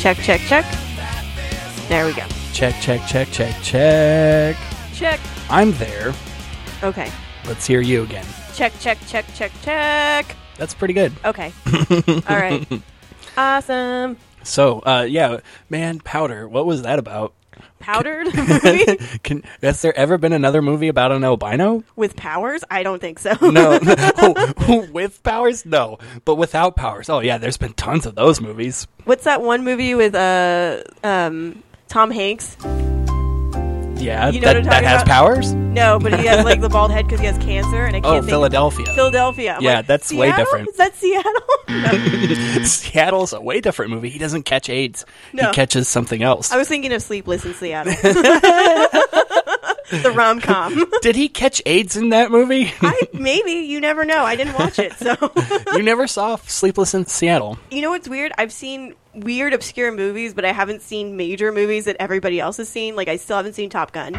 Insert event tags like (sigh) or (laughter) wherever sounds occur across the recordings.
Check, check, check. There we go. Check, check, check, check, check. Check. I'm there. Okay. Let's hear you again. Check, check, check, check, check. That's pretty good. (laughs) Okay. All right. Awesome. So, uh, yeah, man, Powder, what was that about? (laughs) Powdered Can, has there ever been another movie about an albino? with powers? I don't think so. No. (laughs) with powers? No. But without powers? Oh, yeah, there's been tons of those movies. (laughs) What's that one movie with uh um Tom Hanks? Yeah, You know what that, I'm that talking has about? powers? No, but he has like the bald head because he has cancer, and I can't. Oh, think- Philadelphia. Philadelphia. I'm Yeah, like, that's way Seattle? different. Is that Seattle? No. (laughs) Seattle's a way different movie. He doesn't catch AIDS. No. He catches something else. I was thinking of Sleepless in (laughs) Seattle. (laughs) the rom com. Did he catch AIDS in that movie? Maybe you never know. I didn't watch it, so (laughs) you never saw Sleepless in Seattle. you know what's weird? I've seen weird, obscure movies, but I haven't seen major movies that everybody else has seen. Like I still haven't seen Top Gun.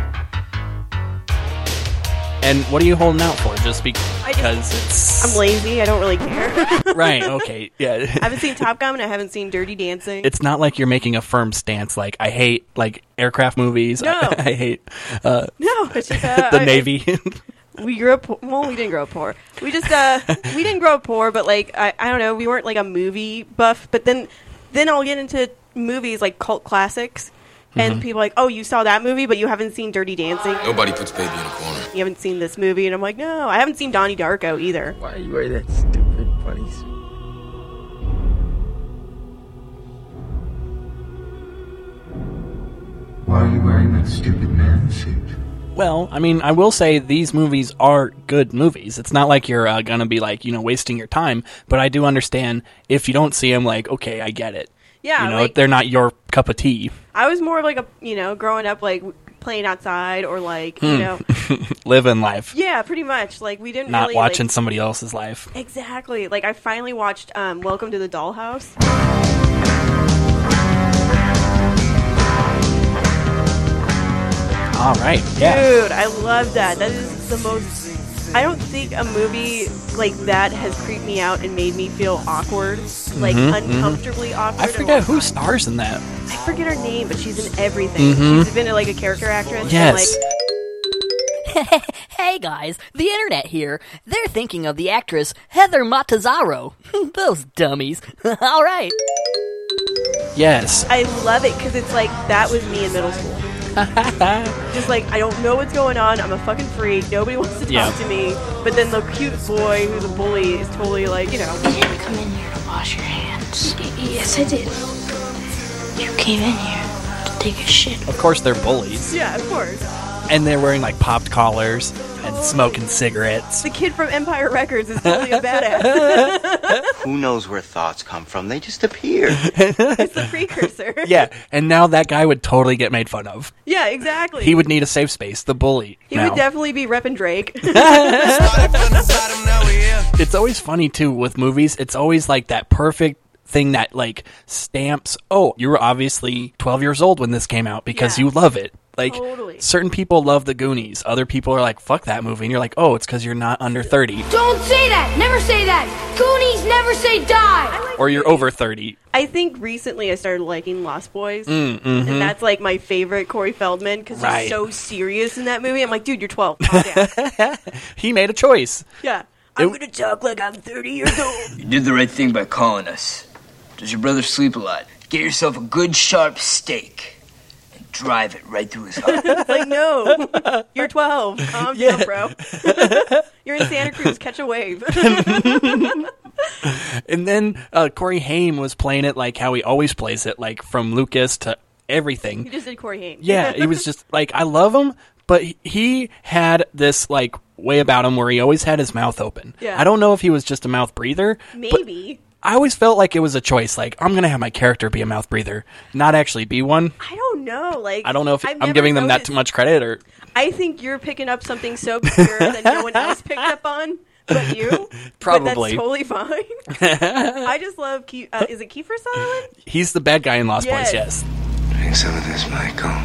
And what are you holding out for? Just because just- it's I'm lazy. I don't really care. (laughs) I (laughs) right? Okay, (laughs) yeah. haven't seen Top Gun, and I haven't seen Dirty Dancing. It's not like you're making a firm stance. Like I hate like aircraft movies. No. (laughs) I, I hate uh, no, it's just, uh, (laughs) the I- Navy. we grew up po- well we didn't grow up poor we just uh we didn't grow up poor but like I, I don't know we weren't like a movie buff but then then i'll get into movies like cult classics Mm-hmm. and people are like oh you saw that movie but you haven't seen dirty dancing Nobody puts baby in a corner. you haven't seen this movie and i'm like no i haven't seen donnie darko either Why you wear that stupid bunny suit? Why are you wearing that stupid man suit? well, I mean, I will say these movies are good movies. It's not like you're uh, gonna be like you know wasting your time. But I do understand if you don't see them. Like, okay, I get it. yeah you know, like, they're not your cup of tea. i was more of like a you know growing up like w- playing outside or like Hmm. you (laughs) know Living life, yeah pretty much like we didn't not really, like- watching somebody else's life. Exactly. Like I finally watched um, Welcome to the Dollhouse. All right, (laughs) yeah. Dude, I love that. That is the most. I don't think a movie like that has creeped me out and made me feel awkward, like uncomfortably awkward. Mm-hmm, I or forget like- who stars in that. I forget her name, but she's in everything. She's been like a character actress. Mm-hmm. Yes. And, like, Hey guys, the internet here. They're thinking of the actress Heather Matazaro. (laughs) Those dummies. (laughs) All right. Yes. I love it because it's like that was me in middle (laughs) school. Just like I don't know what's going on. I'm a fucking freak. Nobody (laughs) wants to talk Yeah. to me. But then the cute boy who's a bully is totally like you know. (laughs) You didn't come in here to wash your hands. yes, I did. You came in here to take a shit. Of course, they're bullies. Yeah, of course. And they're wearing like popped collars and smoking cigarettes. The kid from Empire Records is totally (laughs) a badass. Who knows where thoughts come from? They just appear. it's the precursor. Yeah, and now that guy would totally get made fun of. (laughs) Yeah, exactly. He would need a safe space, the bully. He now. would definitely be repping Drake. (laughs) it's always funny too with movies. It's always like that perfect thing that like stamps, oh, you were obviously 12 years old when this came out because Yeah. you love it. Like Totally. certain people love the Goonies. Other people are like, fuck that movie. And you're like, oh, it's because you're not under 30 Don't say that! Never say that! Goonies never say die! or you're over 30. I think recently I started liking Lost Boys, and that's like my favorite Corey Feldman because Mm, mm-hmm. Right. he's so serious in that movie. I'm like, dude, you're (laughs) 12. Calm down. He made a choice. yeah, I'm gonna talk like I'm 30 years old. You did the right thing by calling us. Does your brother sleep a lot? Get yourself a good sharp stake and drive it right through his (laughs) heart. It's like, no, (laughs) you're 12. Calm down, bro. you're in Santa Cruz. Catch a (laughs) wave. And then uh, Corey Haim was playing it like how he always plays it, like from Lucas to you everything. just did Corey Haim. (laughs) Yeah, he was just like, I love him, but he- he had this like way about him where he always had his mouth open. Yeah. I don't know if he was just a mouth breather. but Maybe. I always felt like it was a choice. Like I'm gonna have my character be a mouth breather, not actually be one. I don't know. Like I don't know if I've I'm never giving them that noticed. too much credit or I think you're picking up something so obscure that no one else picked up on but you. But (laughs) Probably. that's totally fine. (laughs) I just love. Ke- uh, is it Kiefer Sutherland? he's the bad guy in Lost Yes. Boys. Yes. Drink some of this, Michael.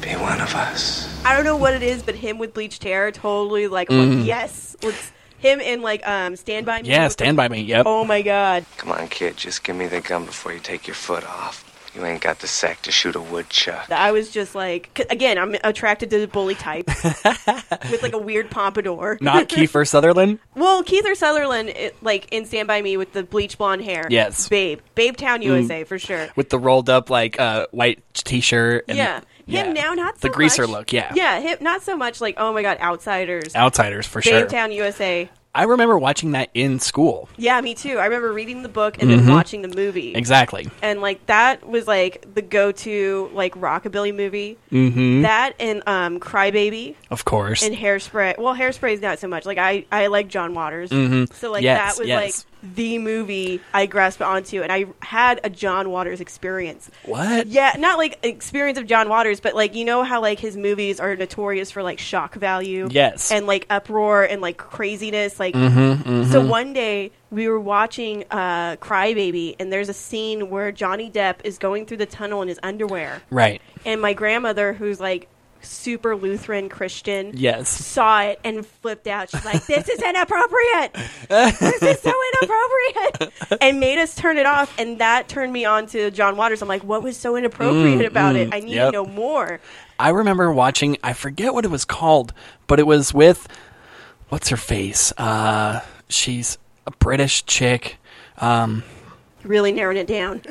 Be one of us. I don't know what it is, but him with bleached hair, totally like yes. Let's Him in like um Stand by Me. Mm-hmm. Yeah, stand by me. Yep. Oh my god. Come on, kid, just give me the gun before you take your foot off. You ain't got the sack to shoot a woodchuck. I was just like, 'cause again, I'm attracted to the bully (laughs) type with like a weird pompadour. (laughs) Not Kiefer Sutherland. Well, Keith or Sutherland, it, like in Stand By Me with the bleach blonde hair. Yes. Mm. Babe. Babe Town, USA, for sure. with the rolled up like uh, white t-shirt. And yeah. Him now, not so the greaser much. look. Yeah, Yeah, him, not so much like, oh my God, outsiders. outsiders for Babe sure. Town, USA. I remember watching that in school. Yeah, me too. I remember reading the book and Mm-hmm. then watching the movie. Exactly. and like that was like the go-to like rockabilly movie. Mm-hmm. That and um, Crybaby Of course. and Hairspray. Well, Hairspray's not so much. Like I, I like John Waters, so like Mm-hmm. Yes, that was yes. like the movie I grasped onto, and I had a John Waters experience. what? Yeah, not like experience of John Waters, but like you know how like his movies are notorious for like shock value, Yes. Mm-hmm, and like uproar and like craziness. Like, so one day we were watching uh, Crybaby, and there's a scene where Johnny Depp is going through the tunnel in his underwear, Right. and my grandmother, who's like super Lutheran Christian, Yes. saw it and flipped out. She's like, "This is inappropriate. this is so (laughs) inappropriate," and made us turn it off. And that turned me on to John Waters. I'm like, "What was so inappropriate about it? I need Mm, yep. to know more." I remember watching. I forget what it was called, but it was with what's her face. Uh, she's a British chick. Um, Really narrowing it (laughs) down.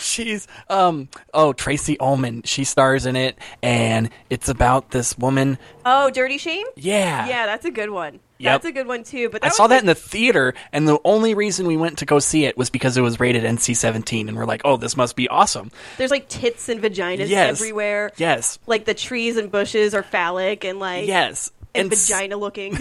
She's um oh Tracy Ullman. She stars in it, and it's about this woman. oh, Dirty Shame. Yeah, Yeah, that's a good one. Yep. That's a good one too. But I that saw was, that like- in the theater, and the only reason we went to go see it was because it was rated NC-17, and we're like, oh, this must be awesome. there's like tits and vaginas Yes. everywhere. Yes, Like the trees and bushes are phallic and like yes, and, s- vagina (laughs) looking.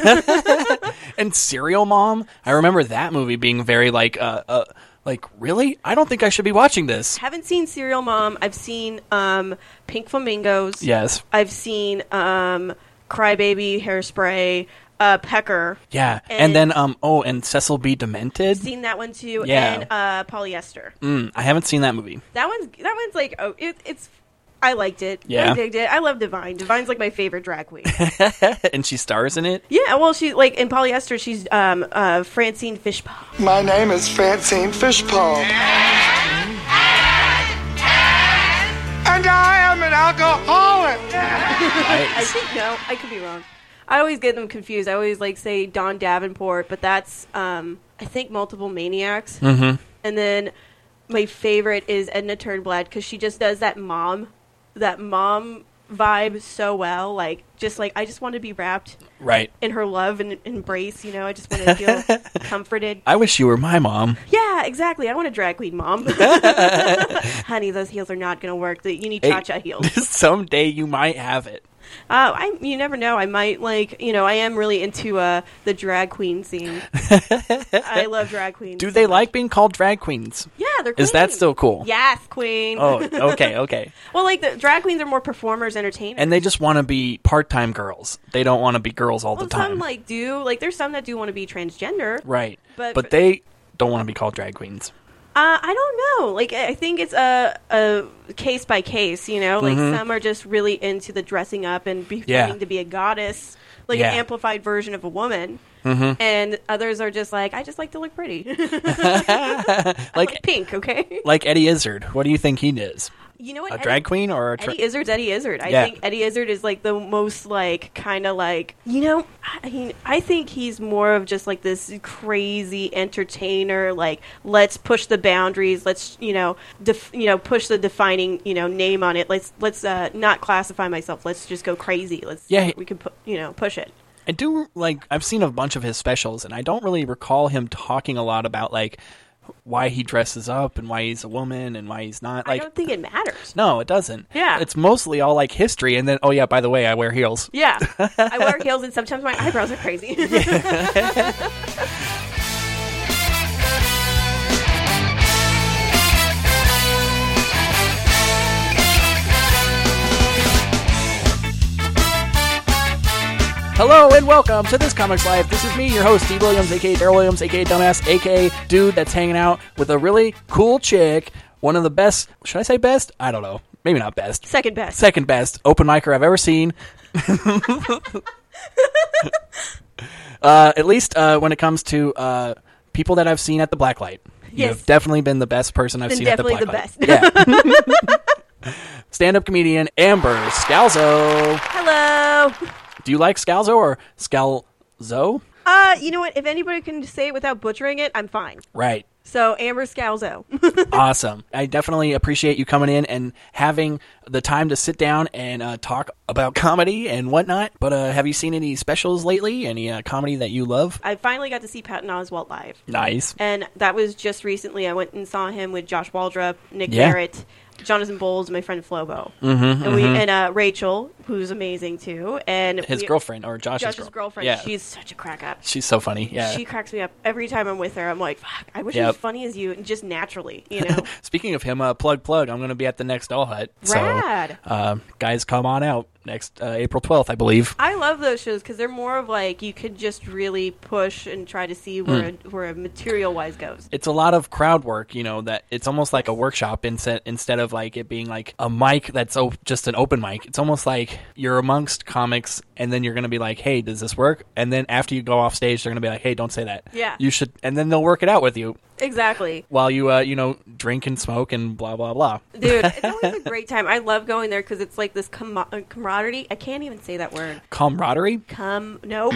and Serial Mom. I remember that movie being very like uh, uh like really. I don't think I should be watching this. Haven't seen Serial Mom. I've seen um, Pink Flamingos. Yes, I've seen um, Crybaby, Hairspray, uh, Pecker. yeah, and, And- then um oh, and Cecil B. Demented. Seen that one too, Yeah. and uh, Polyester. Mm, I haven't seen that movie. (laughs) That one's that one's like oh, it, it's. I liked it. Yeah. I digged it. I love Divine. Divine's like my favorite drag queen. and she stars in it. yeah, well, she's like in Polyester. She's um, uh, Francine Fishpaw. My name is Francine Fishpole. And I am an alcoholic. I think no, I could be wrong. I always get them confused. I always like say Don Davenport, but that's um, I think multiple maniacs. Mm-hmm. And then my favorite is Edna Turnblad because she just does that mom, that mom vibe so well. Like just like I just want to be wrapped Right. in her love and embrace. You know, I just want to (laughs) feel comforted. I wish you were my mom. (laughs) Yeah, exactly. I want a drag queen mom. (laughs) Honey, those heels are not going to work. You need Hey. cha cha heels. Someday you might have it. Uh, I you never know. I might like you know. I am really into uh, the drag queen (laughs) scene. I love drag queens. Do they like being called drag queens? Yeah, they're. Queens. Is that still cool? Yes, queen. Oh, okay, okay. (laughs) Well, like the drag queens are more performers, entertainers. And they just want to be part-time girls. They don't want to be girls all well, the time. some like do like there's some that do want to be transgender. right. But, but- they don't want to be called drag queens. Uh, I don't know. Like I I think it's a a case by case. You know, like some are just really into the dressing up and be Mm-hmm. Yeah. pretending to be a goddess, like Yeah. Mm-hmm. an amplified version of a woman. And others are just like, I just like to look (laughs) pretty, (laughs) Like pink, okay? like Eddie Izzard. What do you think he is? You know what? A Eddie- drag queen or a tra- Eddie Izzard's Eddie Izzard. I Yeah. think Eddie Izzard is like the most like kind of like you know I mean, I think he's more of just like this crazy entertainer. Like let's push the boundaries. Let's you know def- you know push the defining you know name on it. Let's let's uh, not classify myself. Let's just go crazy. Let's Yeah, he- we can pu- you know push it. I do like I've seen a bunch of his specials and I don't really recall him talking a lot about like why he dresses up and why he's a woman and why he's not I like don't think it (laughs) matters. no, it doesn't. Yeah. It's mostly all like history and then oh yeah, by the way, I wear heels. Yeah, I wear heels and sometimes my eyebrows are (laughs) crazy. (laughs) Hello and welcome to this Comics Live. This is me, your host, Steve Williams, aka Daryl Williams, aka Dumbass, aka Dude that's hanging out with a really cool chick. One of the best, should I say best? I don't know. Maybe not best. Second best. (laughs) Second best open micer I've ever seen. Uh, at least uh, when it comes to uh, people that I've seen at the Blacklight. You Yes. have definitely been the best person I've Been seen at definitely the the Blacklight. Yeah. (laughs) (laughs) Stand up comedian Amber Scalzo. Hello. Do you like Scalzo or Scalzo? Uh, you know what? If anybody can say it without butchering it, I'm fine. Right. So Amber (laughs) Scalzo. awesome. I definitely appreciate you coming in and having the time to sit down and uh, talk about comedy and whatnot. But uh, have you seen any specials lately? Any uh, comedy that you love? I finally got to see Patton Oswalt live, Nice. and that was just recently. I went and saw him with Josh Waldrop, Nick Yeah. Garrett, Jonathan Bowles, and my friend Flobo, mm-hmm, and we and uh, Rachel, who's amazing too, and His we- girlfriend or Josh's, Josh's girl- girlfriend. Yeah. She's such a crack up. she's so funny. Yeah. She cracks me up every time I'm with her. I'm like, fuck, I wish I Yep. was funny as you, and just naturally, (laughs) you know. Speaking of him, uh, plug plug. I'm going to be at the next Doll Hut. Rad. So, uh, guys, come on out next uh, April 12th, I believe. I love those shows because they're more of like you could just really push and try to see where Hmm. where material wise goes. it's a lot of crowd work, you know, that it's almost like a workshop instead instead of like it being like a mic that's op- just an open mic. It's almost like you're amongst comics and then you're going to be like, "Hey, does this work?" And then after you go off stage, they're going to be like, "Hey, don't say that." Yeah. You should and then they'll work it out with you Exactly. while you uh, you know, drink and smoke and blah blah blah. Dude, it's always a great time. I love going there because it's like this com- uh, camaraderie. I can't even say that word. Camaraderie? Com, nope.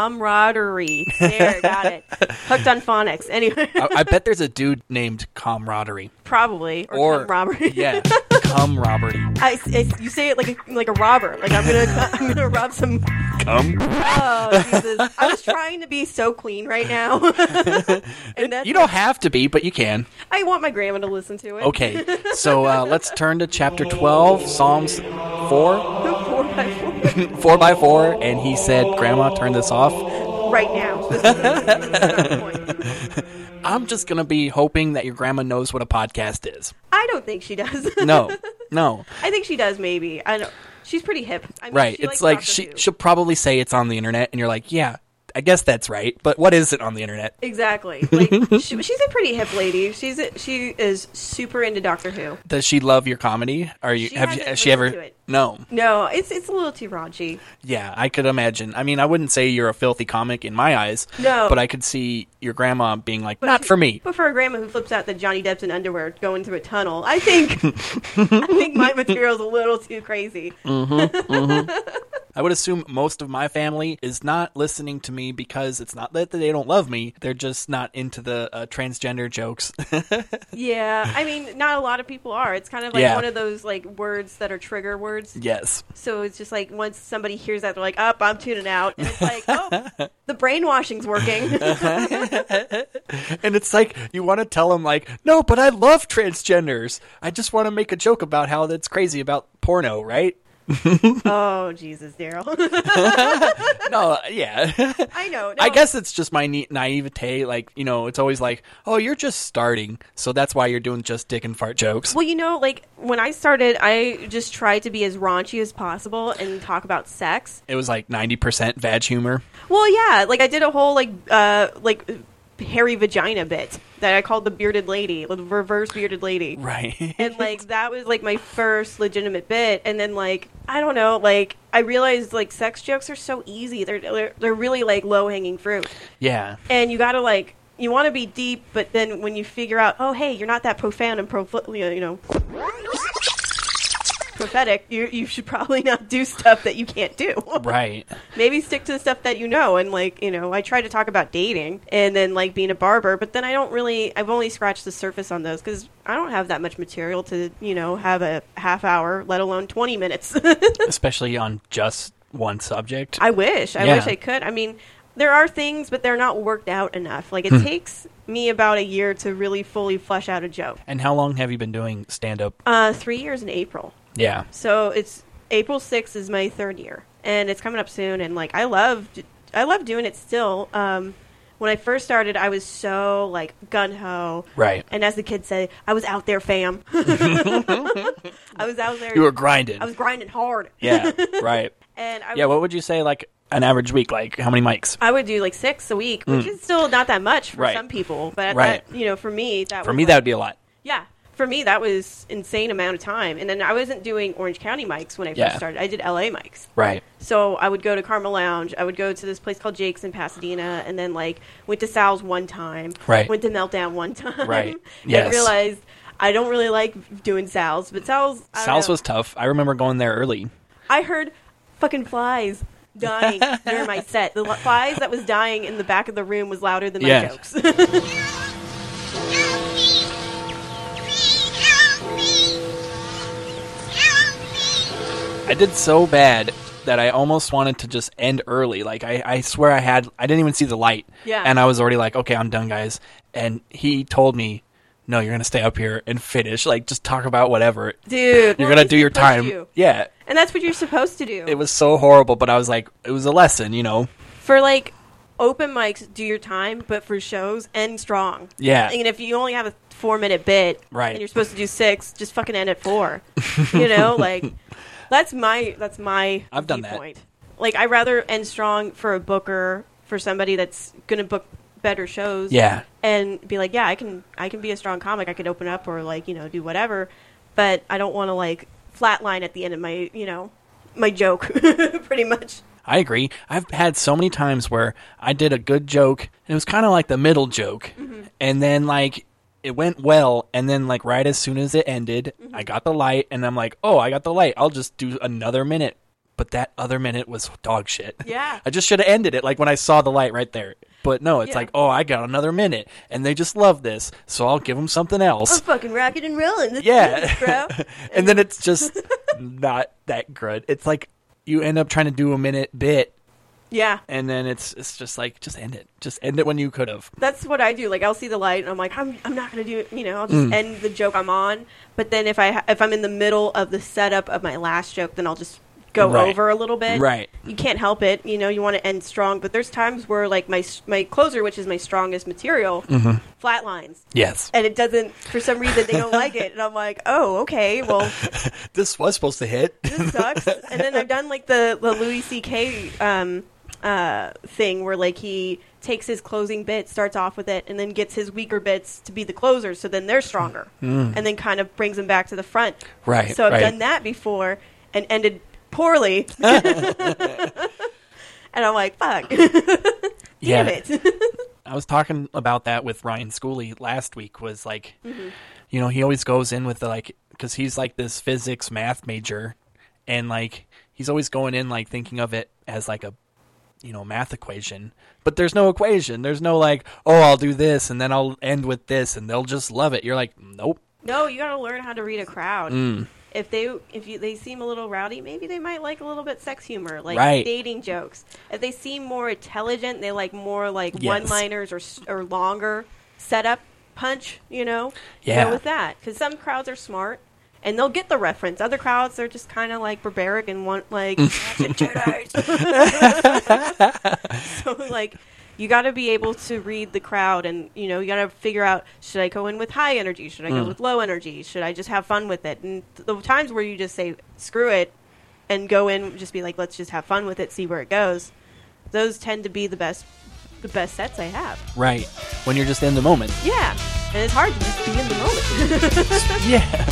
Camaraderie. There, got it. Hooked on phonics. Anyway, I, I bet there's a dude named Camaraderie (laughs) probably or, or camaraderie. (laughs) yeah, Camaraderie. I, I- you say it like a, like a robber. Like I'm (laughs) gonna I'm gonna rob some. Cum? Oh Jesus! I was trying to be so clean right now. (laughs) and that's You don't have to be, but you can. I want my grandma to listen to it. Okay, (laughs) so uh, let's turn to chapter 12, Psalms 4, Four by four. 4 by 4, and he said, Grandma, turn this off. right now. This is- this is my (laughs) point. I'm just going to be hoping that your grandma knows what a podcast is. I don't think she does. (laughs) No, no, I think she does. Maybe I don't. She's pretty hip. I mean, right. she It's likes like Doctor she, Who. she'll probably say it's on the internet, and you're like, yeah, I guess that's right, but what is it on the internet? (laughs) exactly. Like, she, she's a pretty hip lady. She's a, she is super into Doctor Who. Does she love your comedy? Are you, She have you, hasn't has she listened ever? to it. No. No, it's it's a little too raunchy. Yeah, I could imagine. I mean, I wouldn't say you're a filthy comic in my eyes. No. But I could see your grandma being like, not for me. But for a grandma who flips out the Johnny Depp's in underwear going through a tunnel, I (laughs) think I think my material's a little too crazy. I would assume most of my family is not listening to me because it's not that they don't love me. They're just not into the uh, transgender jokes. (laughs) Yeah, I mean, not a lot of people are. It's kind of like Yeah. one of those like words that are trigger words. yes. So it's just like once somebody hears that, they're like, "Up, I'm tuning out." And it's like, "Oh, (laughs) the brainwashing's working." And it's like, you want to tell them, like, no, but I love transgenders. I just want to make a joke about how that's crazy about porno, right? oh Jesus, Daryl. (laughs) No, uh, yeah. (laughs) I know. I no. guess it's just my na- naivete. Like, you know, it's always like, oh, you're just starting. So that's why you're doing just dick and fart jokes. Well, you know, like when I started, I just tried to be as raunchy as possible and talk about sex. It was like 90% vag humor. (laughs) Well, yeah, like I did a whole like uh like hairy vagina bit that I called the bearded lady, the reverse bearded lady. Right. (laughs) and like that was like my first legitimate bit and then like i don't know like i realized like sex jokes are so easy they're they're, they're really like low hanging fruit yeah. and you gotta like you want to be deep but then when you figure out oh hey you're not that profound and prof- you know prophetic you, you should probably not do stuff that you can't do (laughs) Right. maybe stick to the stuff that you know and like you know i try to talk about dating and then like being a barber but then i don't really i've only scratched the surface on those because i don't have that much material to you know have a half hour let alone 20 minutes (laughs) especially on just one subject. i wish i Yeah. wish i could i mean there are things but they're not worked out enough like it Hmm. takes me about a year to really fully flesh out a joke and how long have you been doing stand up? uh, three years in april yeah. So it's April 6th is my third year, and it's coming up soon. And like I love, I love doing it still. Um, when I first started, I was so like gun ho, Right. And as the kids say, I was out there, (laughs) fam. (laughs) I was out there. You were grinding. I was grinding hard, (laughs) yeah, right. and I Yeah, was- what would you say like an average week like how many mics? I would do like six a week, which is still not that much for Mm. Right. some people, but Right. that, you know, for me that For was me like- that would be a lot. yeah. for me that was insane amount of time. And then I wasn't doing Orange County mics when I Yeah. first started. I did LA mics. Right. So I would go to Karma Lounge. I would go to this place called Jake's in Pasadena, and then like went to Sal's one time. Right. Went to Meltdown one (laughs) time. Right. And Yes. realized I don't really like doing Sal's, but Sal's. I don't Sal's know. was tough. I remember going there early. I heard fucking flies (laughs) dying near my set. The li- flies that was dying in the back of the room was louder than Yeah. my jokes. (laughs) I did so bad that I almost wanted to just end early. Like I, I swear I had I didn't even see the light. Yeah. And I was already like, okay, I'm done, guys. And he told me, no, you're gonna stay up here and finish. Like just talk about whatever. Dude, You're well, gonna they do your pushed time. you. Yeah. And that's what you're supposed to do. It was so horrible, but I was like, it was a lesson, you know. for like open mics, do your time, but for shows, end strong. Yeah. And if you only have a four minute bit, Right. and you're supposed to do six, just fucking end at four. you (laughs) know, like that's my that's my I've done that. viewpoint. Like I rather end strong for a booker for somebody that's gonna book better shows. Yeah. And be like, yeah, I can I can be a strong comic. I could open up or like you know do whatever, but I don't want to like flatline at the end of my you know my joke (laughs) pretty much. I agree. I've had so many times where I did a good joke, and it was kind of like the middle joke, Mm-hmm. and then like it went well, and then like right as soon as it ended, Mm-hmm. I got the light, and I'm like, oh, I got the light. I'll just do another minute. But that other minute was dog shit. Yeah. I just should have ended it like when I saw the light right there. But no, it's Yeah. like, oh, I got another minute, and they just love this, so I'll give them something else. (laughs) (laughs) I'm fucking rocking and rolling. This Yeah. is, bro. (laughs) and then it's just not that good. It's like you end up trying to do a minute bit Yeah, and then it's it's just like just end it just end it when you could have that's what I do. Like I'll see the light, and I'm like, I'm, I'm not gonna do it. You know, I'll Mm. just end the joke I'm on. But then if I ha- if I'm in the middle of the setup of my last joke, then I'll just go Right. over a little bit. Right. You can't help it. You know, you want to end strong. But there's times where like my s- my closer, which is my strongest material, Mm-hmm. flat lines. yes And it doesn't, for some reason, they don't like it. And I'm like, oh, okay, well, this was supposed to (laughs) hit this sucks. and then I've done like the, the Louis C.K. Um, uh, thing where like he takes his closing bit, starts off with it, and then gets his weaker bits to be the closers, so then they're stronger, and then kind of brings them back to the front. Mm. Right, So I've right. done that before and ended (laughs) poorly. (laughs) and I'm like, fuck, (laughs) damn yeah it. i was talking about that with ryan schooley last week was like you know he always goes in with the like because he's like this physics math major and like he's always going in like thinking of it as like a you know math equation but there's no equation there's no like oh i'll do this and then i'll end with this and they'll just love it you're like nope no, you got to learn how to read a crowd. Mm. If they if you, they seem a little rowdy, maybe they might like a little bit sex humor, like Right. dating jokes. If they seem more intelligent, they like more like Yes. one liners or s- or longer setup punch. You know, Yeah. Go with that because some crowds are smart and they'll get the reference. Other crowds they're just kind of like barbaric and want like (laughs) so like. You got to be able to read the crowd, and you know you got to figure out: should I go in with high energy? Should I go with low energy? Should I just have fun with it? And th- the times where you just say "screw it" and go in, just be like, "let's just have fun with it, see where it goes." Those tend to be the best, the best sets I have. right when you're just in the moment Yeah, and it's hard to just be in the moment. (laughs) yeah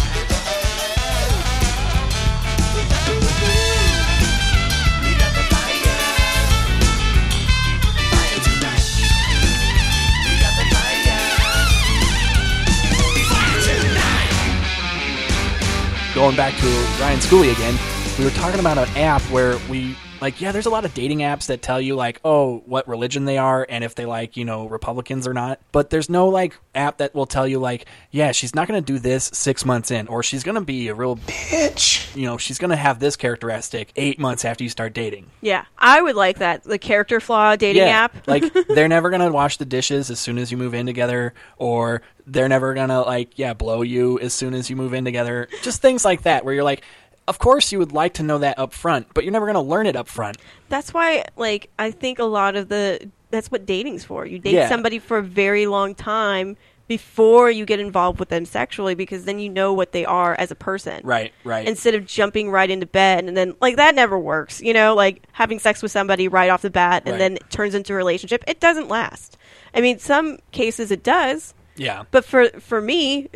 going back to Ryan Schooley again, we were talking about an app where we like yeah, there's a lot of dating apps that tell you like, oh, what religion they are and if they like, you know, Republicans or not. But there's no like app that will tell you like, yeah, she's not gonna do this six months in, or she's gonna be a real bitch. You know, she's gonna have this characteristic eight months after you start dating. yeah, I would like that the character flaw dating app. like (laughs) they're never gonna wash the dishes as soon as you move in together, or they're never gonna like yeah blow you as soon as you move in together. Just things like that where you're like, of course you would like to know that up front, but you're never gonna learn it up front. that's why like i think a lot of the that's what dating's for you date Yeah. somebody for a very long time before you get involved with them sexually because then you know what they are as a person Right, right. instead of jumping right into bed and then like that never works you know like having sex with somebody right off the bat and Right. then it turns into a relationship it (laughs) doesn't last i mean some cases it does yeah, but for for me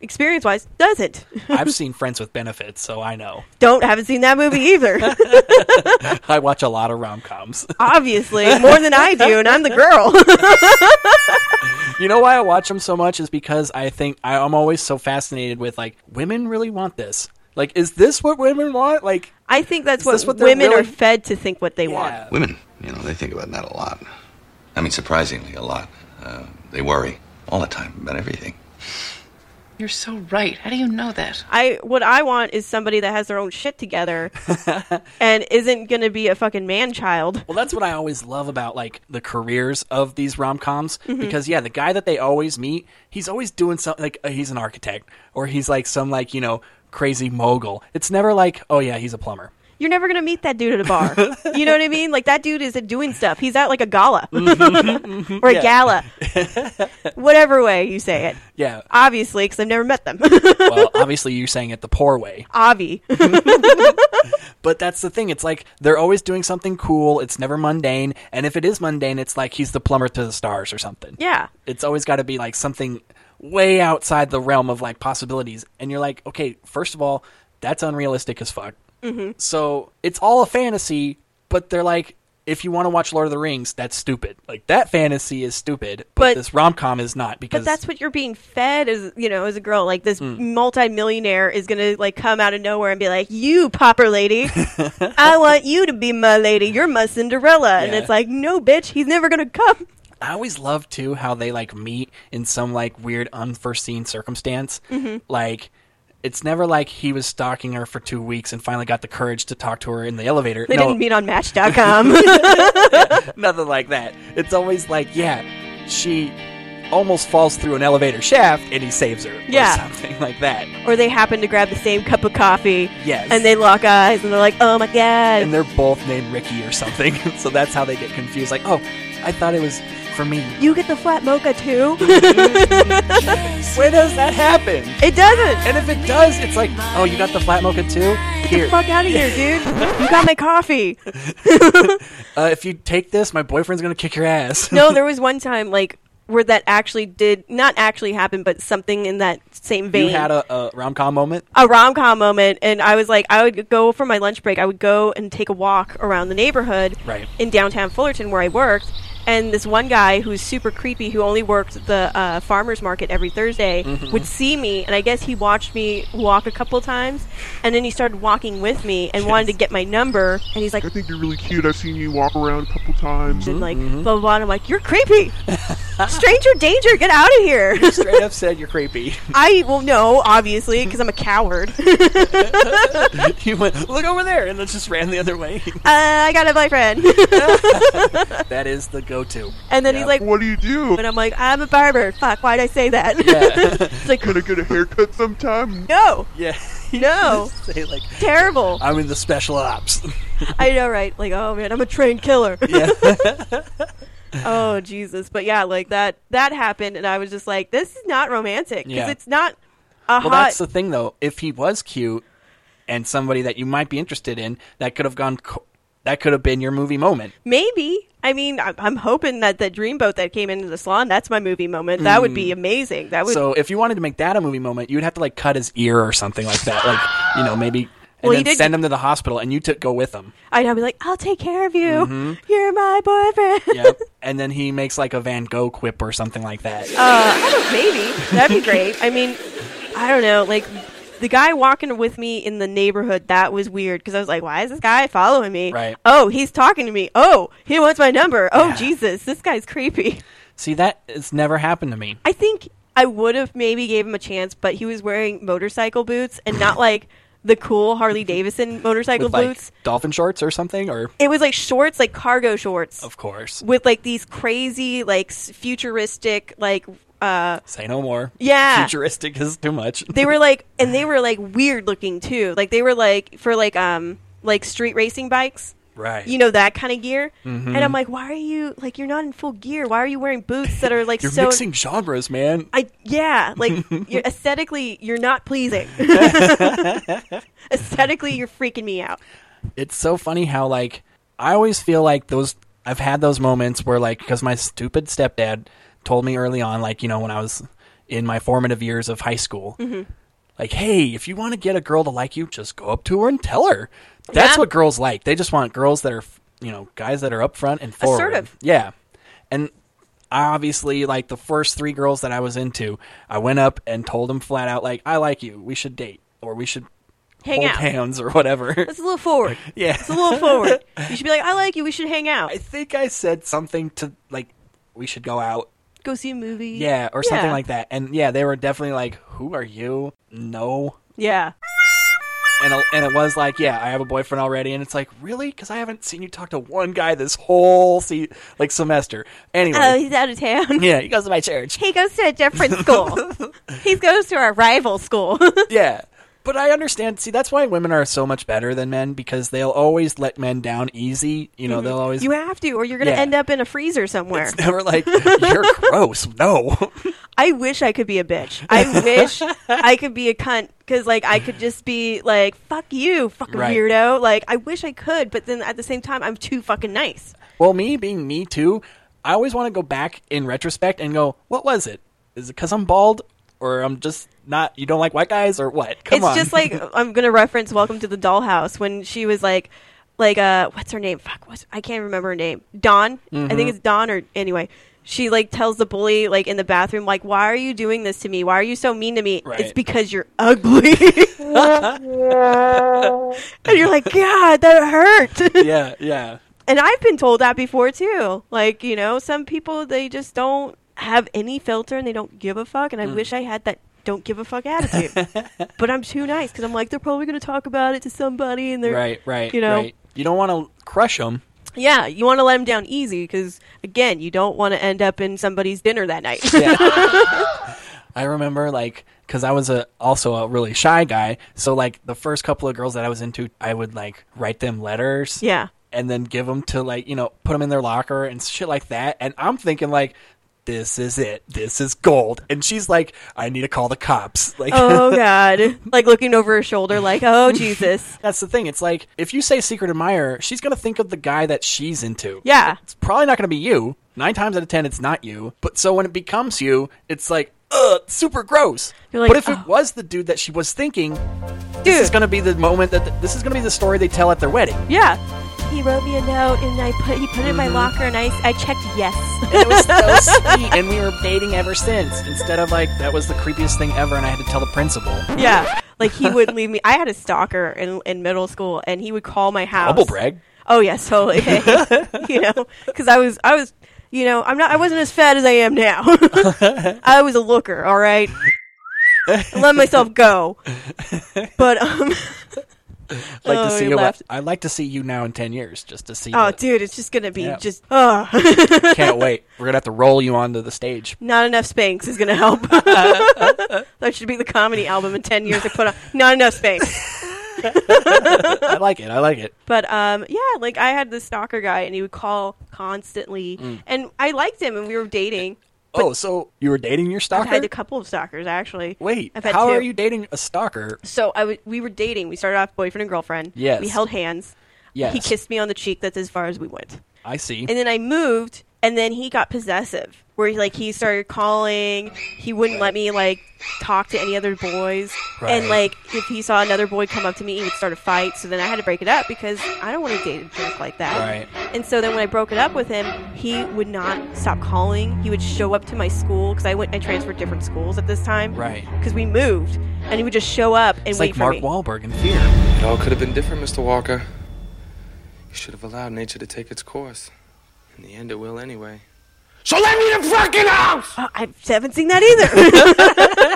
experience wise, doesn't. (laughs) I've seen Friends with Benefits, so I know. Don't haven't seen that movie either. I watch a lot of rom coms. Obviously, more than I do, and I'm the girl. (laughs) (laughs) you know why I watch them so much is because I think I, I'm always so fascinated with like women really want this. Like, is this what women want? Like, I think that's Is what, this what they're women really- are fed to think what they want. yeah. (laughs) Women, you know, they think about that a lot. I mean, surprisingly, a lot. Uh, they worry all the time about everything. You're so right. How do you know that? I what I want is somebody that has their own shit together and isn't going to be a fucking man child. Well, that's what I always love about like the careers of these rom coms because yeah, the guy that they always meet, he's always doing something like uh, he's an architect or he's like some like you know crazy mogul. It's never like oh yeah, he's a plumber. You're never going to meet that dude at a bar. you know what I mean? Like that dude is doing stuff. He's at like a gala (laughs) or a gala, whatever way you say it. Yeah, Obviously, because I've never met them. (laughs) well, obviously you're saying it the poor way, Avi. but that's the thing. It's like they're always doing something cool. It's never mundane, and if it is mundane, it's like he's the plumber to the stars or something. Yeah. it's always got to be like something way outside the realm of like possibilities and you're like okay first of all that's unrealistic as fuck Mm-hmm. so it's all a fantasy but they're like if you want to watch lord of the rings that's stupid like that fantasy is stupid but, But- this rom-com is not because But that's what you're being fed as you know, as a girl. Like this Mm. multimillionaire is gonna like come out of nowhere and be like, "You popper (laughs) lady, I want you to be my lady. You're my Cinderella." And Yeah. it's like, "No, bitch, he's never gonna come." I always love too how they like meet in some like weird unforeseen circumstance. Mm-hmm. Like it's never like he was stalking her for two weeks and finally got the courage to talk to her in the elevator. They no, didn't meet on (laughs) Match.com. nothing like that. It's always like, yeah, she almost falls through an elevator shaft and he saves her. Yeah. Or something (laughs) like that. or they happen to grab the same cup of coffee. Yes. And they lock eyes and they're like, "Oh my god." And they're both named Ricky or something. (laughs) so that's how they get confused. Like, oh, I thought it was for me. you get the flat mocha too? (laughs) Where does that happen? it doesn't. And if it does, it's like, oh, you got the flat mocha too? Here. Fuck out of here, (laughs) dude. You got my coffee. Uh, if you take this, my boyfriend's going to kick your ass. (laughs) no, there was one time like where that actually did not actually happen, but something in that same vein. you had a, a rom com moment? a rom com moment, and I was like, I would go for my lunch break. I would go and take a walk around the neighborhood Right. in downtown Fullerton where I worked. And this one guy who's super creepy, who only worked the uh, farmers market every Thursday, would see me, and I guess he watched me walk a couple times, and then he started walking with me and wanted to get my number. And he's like, I think you're really cute. I've seen you walk around a couple times. and like blah blah. blah. And I'm like, you're creepy, stranger danger, get out of here. Straight up said you're creepy. (laughs) I well, no, obviously, because I'm a coward. you went, look over there, and then just ran the other way. uh, I got a (laughs) boyfriend. that is the go to. and then he's like, What do you do? and I'm like, I'm a barber. Fuck, why'd I say that? (laughs) it's like, Gonna get a haircut sometime? no, (laughs) Yeah. (laughs) (laughs) no, Say, like, (laughs) terrible. I'm in the special (laughs) ops. I know, right? Like, oh man, I'm a trained killer. Yeah. (laughs) oh Jesus, but yeah, like that that happened, and I was just like, this is not romantic because Yeah. it's not a well, hot. that's the thing, though. If he was cute and somebody that you might be interested in, that could have gone. Co- that could have been your movie moment. Maybe. I mean, I- I'm hoping that the dreamboat that came into the salon, that's my movie moment. That would be amazing. That would. Mm. So if you wanted to make that a movie moment, you'd have to like cut his ear or something like that. Like you know maybe. And Well, he then did- send him to the hospital, and you took go with him. I'd be like, I'll take care of you. You're my boyfriend. Mm-hmm. Yep. and then he makes like a Van Gogh quip or something like that. Uh, (laughs) Maybe. That'd be great. I mean, I don't know. Like, the guy walking with me in the neighborhood, that was weird because I was like, why is this guy following me? Right. Oh, he's talking to me. Oh, he wants my number. Oh, Jesus, this guy's creepy. See, that it's never happened to me. I think I would have maybe gave him a chance, but he was wearing motorcycle boots and (laughs) not like the cool Harley Davidson motorcycle With like boots. dolphin shorts or something, or It was like shorts, like cargo shorts. of course, with like these crazy, like s- futuristic, like uh, say no more. Yeah. futuristic is too much. they were like and they were like weird looking too like they were like for like um like street racing bikes Right. you know that kind of gear Mm-hmm. and i'm like why are you like you're not in full gear why are you wearing boots that are like You're so mixing genres, man. I yeah, like (laughs) you're aesthetically you're not pleasing. aesthetically you're freaking me out. it's so funny how like I always feel like those I've had those moments where like because my stupid stepdad told me early on like you know when I was in my formative years of high school. Mhm. Like, hey, if you want to get a girl to like you, just go up to her and tell her. That's Yeah. what girls like. They just want girls that are, you know, guys that are upfront and forward. Assertive. Yeah. And obviously, like the first three girls that I was into, I went up and told them flat out, like, I like you. We should date or we should Hang hold out. hands or whatever. (laughs) That's a little forward. Yeah. It's a little forward. You should be like, I like you. We should hang out. I think I said something to like we should go out. Go see a movie. Yeah, or something like that. And yeah, they were definitely like, "Who are you?" No. Yeah. And it- and it was like, "Yeah, I have a boyfriend already." And it's like, "Really?" Cuz I haven't seen you talk to one guy this whole se- like semester. Oh, Anyway. he's out of town. yeah, he goes to (laughs) my church. He goes to a different (laughs) school. he goes to our rival school. (laughs) yeah. But I understand. See, that's why women are so much better than men because they'll always let men down easy. You know, they'll (laughs) always Mm-hmm. you have to, or you're going to Yeah. end up in a freezer somewhere. They were like, "You're (laughs) gross." No. I wish I could be a bitch. (laughs) I wish I could be a cunt because, like, I could just be like, "Fuck you, fucking Right. weirdo." Like, I wish I could, but then at the same time, I'm too fucking nice. Well, me being me too, I always want to go back in retrospect and go, what was it? Is it because I'm bald or I'm just not, you don't like white guys or what? Come it's on. just (laughs) like I'm gonna reference Welcome to the Dollhouse when she was like, like uh, what's her name? Fuck, what's I can't remember her name. Dawn, I Mm-hmm. think it's Dawn or anyway. She like tells the bully like in the bathroom like, why are you doing this to me? Why are you so mean to me? It's Right. because you're ugly. (laughs) and you're like, God, that hurt. yeah, yeah. and I've been told that before too. Like you know, some people they just don't have any filter and they don't give a fuck. And I wish I had that don't give a fuck attitude. but I'm too nice because I'm like they're probably going to talk about it to somebody and they're Right, right. You know, right. you don't want to crush them. yeah, you want to let them down easy because again, you don't want to end up in somebody's dinner that night. I remember like because I was a also a really shy guy, so like the first couple of girls that I was into, I would like write them letters, Yeah. and then give them to like you know put them in their locker and shit like that. And I'm thinking like, this is it, this is gold. And she's like, I need to call the cops. Like, (laughs) oh God! Like looking over her shoulder, like oh Jesus. That's the thing. It's like if you say secret admirer, she's gonna think of the guy that she's into. Yeah. it's probably not gonna be you. Nine times out of ten, it's not you. But so when it becomes you, it's like, ugh, super gross. You're like, but if oh. it was the dude that she was thinking, this Dude. is gonna be the moment that th- this is gonna be the story they tell at their wedding. Yeah. He wrote me a note and I put he put it in my locker and I I checked yes. It was so (laughs) sweet, and we were dating ever since. Instead of like that was the creepiest thing ever, and I had to tell the principal. Yeah. Like he wouldn't leave me. I had a stalker in, in middle school, and he would call my house. Double brag. Oh yes, totally. (laughs) you know, because I was, I was, you know, I'm not, I wasn't as fat as I am now. (laughs) I was a looker, all right. I let myself go, but um, (laughs) Like Oh, to see he you. left. I'd like to see you now in ten years, just to see. oh the- dude, it's just gonna be Yeah. just oh, Can't wait. We're gonna have to roll you onto the stage. not enough Spanx is gonna help. (laughs) that should be the comedy album in ten years. I put on not enough Spanx. I like it. I like it. But um, yeah, like I had this stalker guy, and he would call constantly, Mm. and I liked him, and we were dating. oh, so you were dating your I've stalker? had a couple of stalkers actually. Wait, I've had how two. are you dating a stalker? So I w- we were dating. We started off boyfriend and girlfriend. Yes. We held hands. Yes. He kissed me on the cheek. That's as far as we went. I see. And then I moved, and then he got possessive, where he, like he started calling. He wouldn't let me like talk to any other boys, and Right. like if he saw another boy come up to me, he would start a fight. So then I had to break it up because I don't want to date a jerk like that. Right. And so then when I broke it up with him, he would not stop calling. He would show up to my school because I went, I transferred different schools at this time. Right. Because we moved, and he would just show up and it's wait like for Mark me. Wahlberg in Fear. It all could have been different, Mr. Walker. You should have allowed nature to take its course. In the end, it will anyway. So let me the fucking house! Uh, I haven't seen that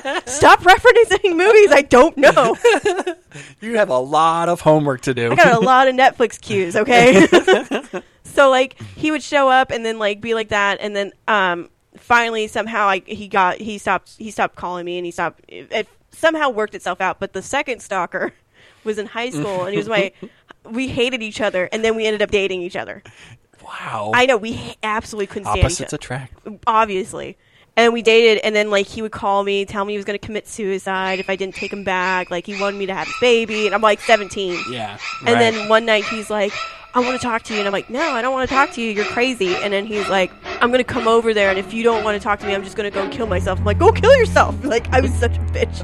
either. (laughs) Stop referencing movies I don't know. You have a lot of homework to do. I (laughs) got a lot of Netflix cues, okay? so like he would show up and then like be like that and then um finally somehow I he got he stopped he stopped calling me and he stopped it, it somehow worked itself out, but the second stalker (laughs) was in high school and he was (laughs) my we hated each other and then we ended up dating each other. wow. I know we h- absolutely couldn't stand each Opposites other. attract. (laughs) obviously. And we dated, and then like he would call me, tell me he was going to commit suicide if I didn't take him back. Like he wanted me to have his baby, and I'm like 17. Yeah. And right. then one night he's like, I want to talk to you. And I'm like, no, I don't want to talk to you. You're crazy. And then he's like, I'm going to come over there. And if you don't want to talk to me, I'm just going to go and kill myself. I'm like, go kill yourself. (laughs) Like, I was such a bitch.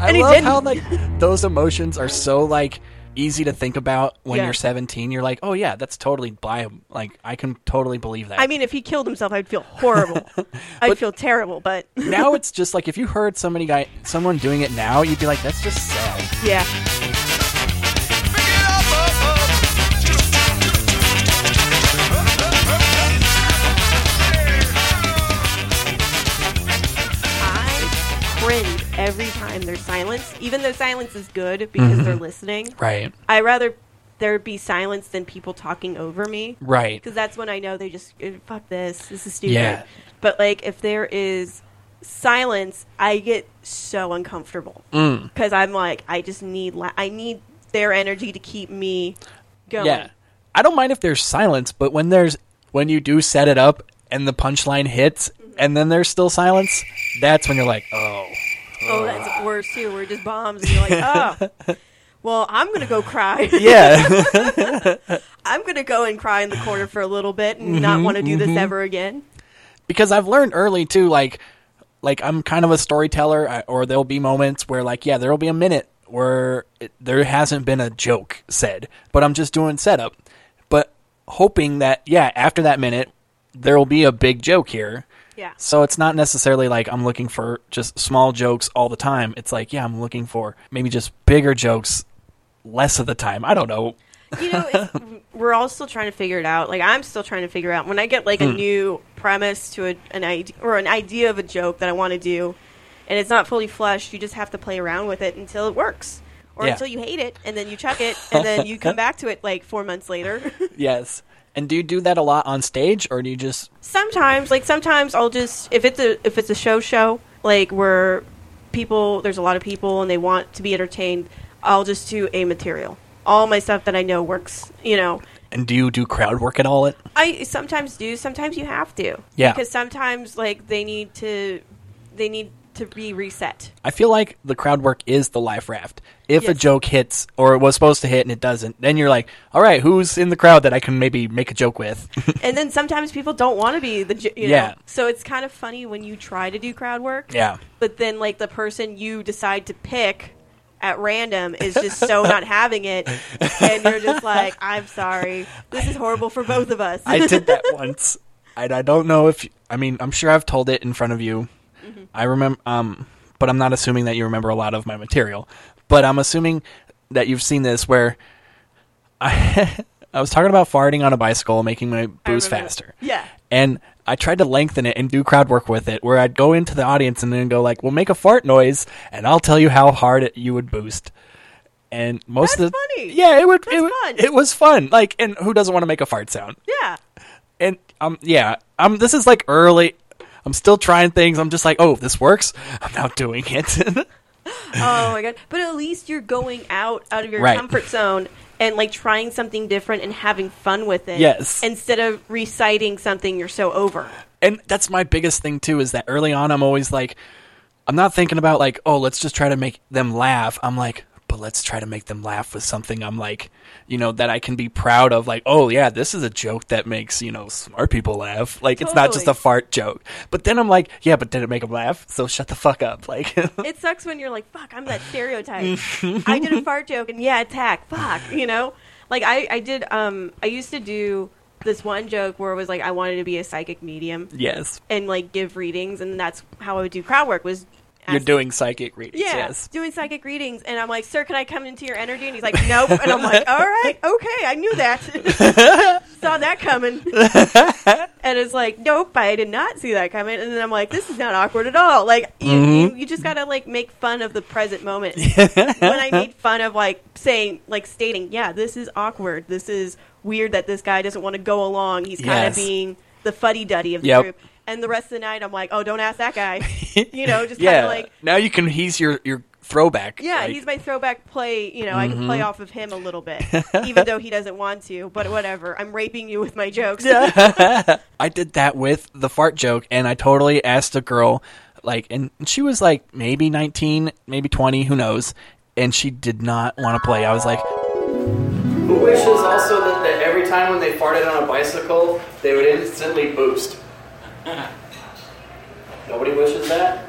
I And he love didn't. how like those emotions are so like easy to think about when Yeah. you're 17. You're like, oh yeah, that's totally bli- Like I can totally believe that. I mean, if he killed himself, I'd feel (laughs) horrible. I'd feel terrible. But (laughs) now it's just like if you heard somebody guy someone doing it now, you'd be like, that's just sad. yeah. Cringe every time there's silence, even though silence is good because Mhm. they're listening. Right. I rather there be silence than people talking over me. Right. Because that's when I know they just eh, fuck this. This is stupid. Yeah. But like if there is silence, I get so uncomfortable Mm. because I'm like I just need la- I need their energy to keep me going. Yeah. I don't mind if there's silence, but when there's when you do set it up and the punchline hits and then there's still silence, that's when you're like, oh. Oh, that's worse too. We're just bombs, and you're like, (laughs) oh, well, I'm gonna go cry. Yeah. (laughs) I'm gonna go and cry in the corner for a little bit and not Mhm, want to do this mhm. ever again. because I've learned early too, like like I'm kind of a storyteller, I- or there'll be moments where like yeah, there'll be a minute where it, there hasn't been a joke said, but I'm just doing setup, but hoping that yeah, after that minute there will be a big joke here. Yeah. So it's not necessarily like I'm looking for just small jokes all the time. It's like yeah, I'm looking for maybe just bigger jokes less of the time. I don't know. you know, (laughs) it's, we're all still trying to figure it out. Like I'm still trying to figure out when I get like a Hmm. new premise to a, an idea or an idea of a joke that I want to do, and it's not fully fleshed. You just have to play around with it until it works, or Yeah. until you hate it, and then you chuck it, and then you (laughs) come back to it like four months later. (laughs) Yes. And do you do that a lot on stage or do you just sometimes, like sometimes I'll just if it's a if it's a show show like where people there's a lot of people and they want to be entertained, I'll just do a material. All my stuff that I know works, you know. and do you do crowd work at all at I sometimes do. Sometimes you have to. Yeah. Because sometimes like they need to, they need to be reset. I feel like the crowd work is the life raft. If a Yes. joke hits or it was supposed to hit and it doesn't, then you're like, all right, who's in the crowd that I can maybe make a (laughs) joke with? and then sometimes people don't want to be the. j- You Yeah. Know? So it's kind of funny when you try to do crowd work. Yeah. But then like the person you decide to pick at random is just so (laughs) not having it, and you're just like, I'm sorry, this is horrible for both of us. (laughs) I did that once. And I don't know if, I mean, I'm sure I've told it in front of you. Mm-hmm. I remember, um, but I'm not assuming that you remember a lot of my material. But I'm assuming that you've seen this where (laughs) I, I was talking about farting on a bicycle, making my booze faster. yeah. and I tried to lengthen it and do crowd work with it, where I'd go into the audience and then go like, "Well, make a fart noise, and I'll tell you how hard it, you would boost." And most of the funny. yeah, it would That's it, would- fun. it was fun. Like, and who doesn't want to make a fart sound? Yeah. And um, yeah, um, this is like early. I'm still trying things. I'm just like, oh, if this works. (laughs) I'm not doing it. (laughs) oh my god! But at least you're going out out of your Right. comfort zone and like trying something different and having fun with it. Yes. Instead of reciting something you're so over. and that's my biggest thing too is that early on i'm always like i'm not thinking about like oh let's just try to make them laugh i'm like but let's try to make them laugh with something i'm like you know that i can be proud of like oh yeah this is a joke that makes you know smart people laugh like it's not just a Totally. fart joke but then i'm like yeah but did it make them laugh so shut the fuck up like (laughs) It sucks when you're like, "Fuck, I'm that stereotype." I did a fart joke, and yeah, attack. Fuck, you know. Like I, I did. Um, I used to do this one joke where it was like I wanted to be a psychic medium. Yes. And like give readings, and that's how I would do crowd work. Was you're ask- doing psychic readings Yeah, yes doing psychic readings, and I'm like, "Sir, can I come into your energy?" And he's like, "Nope." And I'm like, "All right, okay, I knew (laughs) that, saw that coming." and it's like, "Nope, I did not see that coming." And then I'm like, "This is not awkward at all." Like, you, Mhm. you, you just gotta like make fun of the present (laughs) moment. when I made fun of like saying, like stating, "Yeah, this is awkward. This is weird that this guy doesn't want to go along. He's kind Yes. of being the fuddy duddy of the Yep. group." And the rest of the night, I'm like, "Oh, don't ask that (laughs) guy." you know, just kind yeah of like. now you can he's your your throwback Yeah, like- he's my throwback play. You know, I can play Mhm. off of him a little (laughs) bit, even though he doesn't want to. But whatever, I'm raping you with my jokes. I did that with the fart joke, and I totally asked a girl, like, and she was like maybe 19, maybe 20, who knows, and she did not want to play. I was like, Wishes also that, that every time when they farted on a bicycle, they would instantly boost. Nobody wishes that?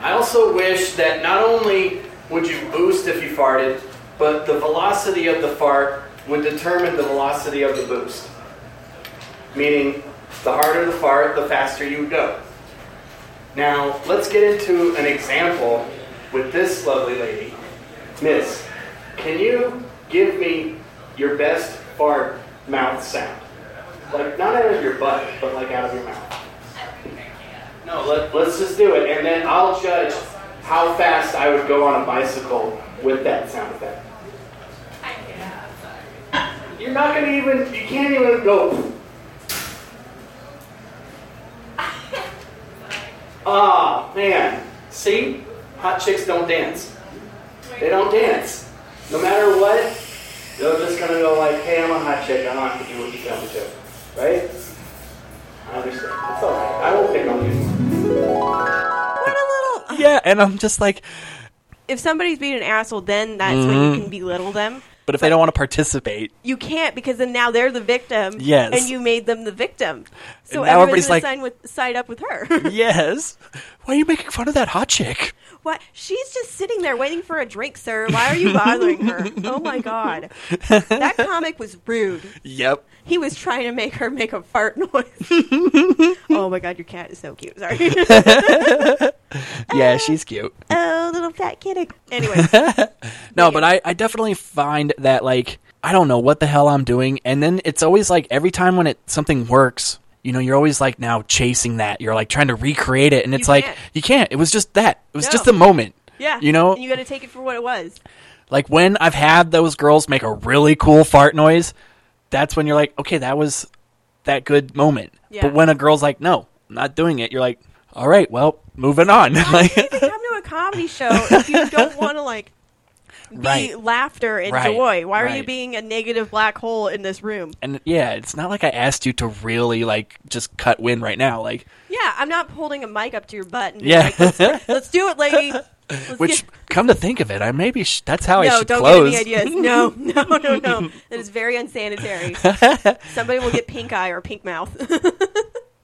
I also wish that not only would you boost if you farted, but the velocity of the fart would determine the velocity of the boost. Meaning, the harder the fart, the faster you go. Now, let's get into an example with this lovely lady. Miss, can you give me your best fart mouth sound? Like, not out of your butt, but like out of your mouth. No, let, let's just do it, and then I'll judge how fast I would go on a bicycle with that sound effect. You're not gonna even, you can't even go. Ah, man. See? Hot chicks don't dance. They don't dance. No matter what, they're just gonna go like, hey, I'm a hot chick, I don't have to do what you tell me to. Right? I understand. It's alright. I won't pick on you. yeah, and I'm just like, (laughs) If somebody's being an asshole, then that's when you Mhm. can belittle them. but if they don't want to participate, You can't because then now they're the victim. Yes. And you made them the victim. So now everybody's, everybody's gonna like- sign with, side up with (laughs) her. yes. Why are you making fun of that hot chick? (laughs) What? She's just sitting there waiting for a drink, sir. Why are you bothering her? (laughs) Oh my god. That comic was rude. Yep. He was trying to make her make a fart (laughs) noise. oh my god, your cat is so cute. Sorry. Yeah, she's cute. oh, little fat kitty. Anyway, (laughs) No, but I, I definitely find that like I don't know what the hell I'm doing, and then it's always like every time when it something works, you know, you're always like now chasing that. You're like trying to recreate it, and it's like can't. you can't. It was just that. It was No. just the moment. yeah. You know, and you got to take it for what it was. like when I've had those girls make a really cool fart noise, that's when you're like, okay, that was that good moment. Yeah. But when a girl's like, no, I'm not doing it, you're like, all right, well, moving (laughs) on. (laughs) like, Come to a comedy show if you don't want to like be (laughs) Right. laughter and Right, joy. Why are you right. being a negative black hole in this room? and yeah, it's not like I asked you to really like just cut win right now. Like, Yeah, I'm not holding a mic up to your butt. And being yeah. like, (laughs) Let's do it, lady. Let's (laughs) Which, come to think of it, I maybe sh- that's how I no, should don't close. get any (laughs) ideas. No, no, no, no. That is very unsanitary. Somebody will get pink eye or pink mouth.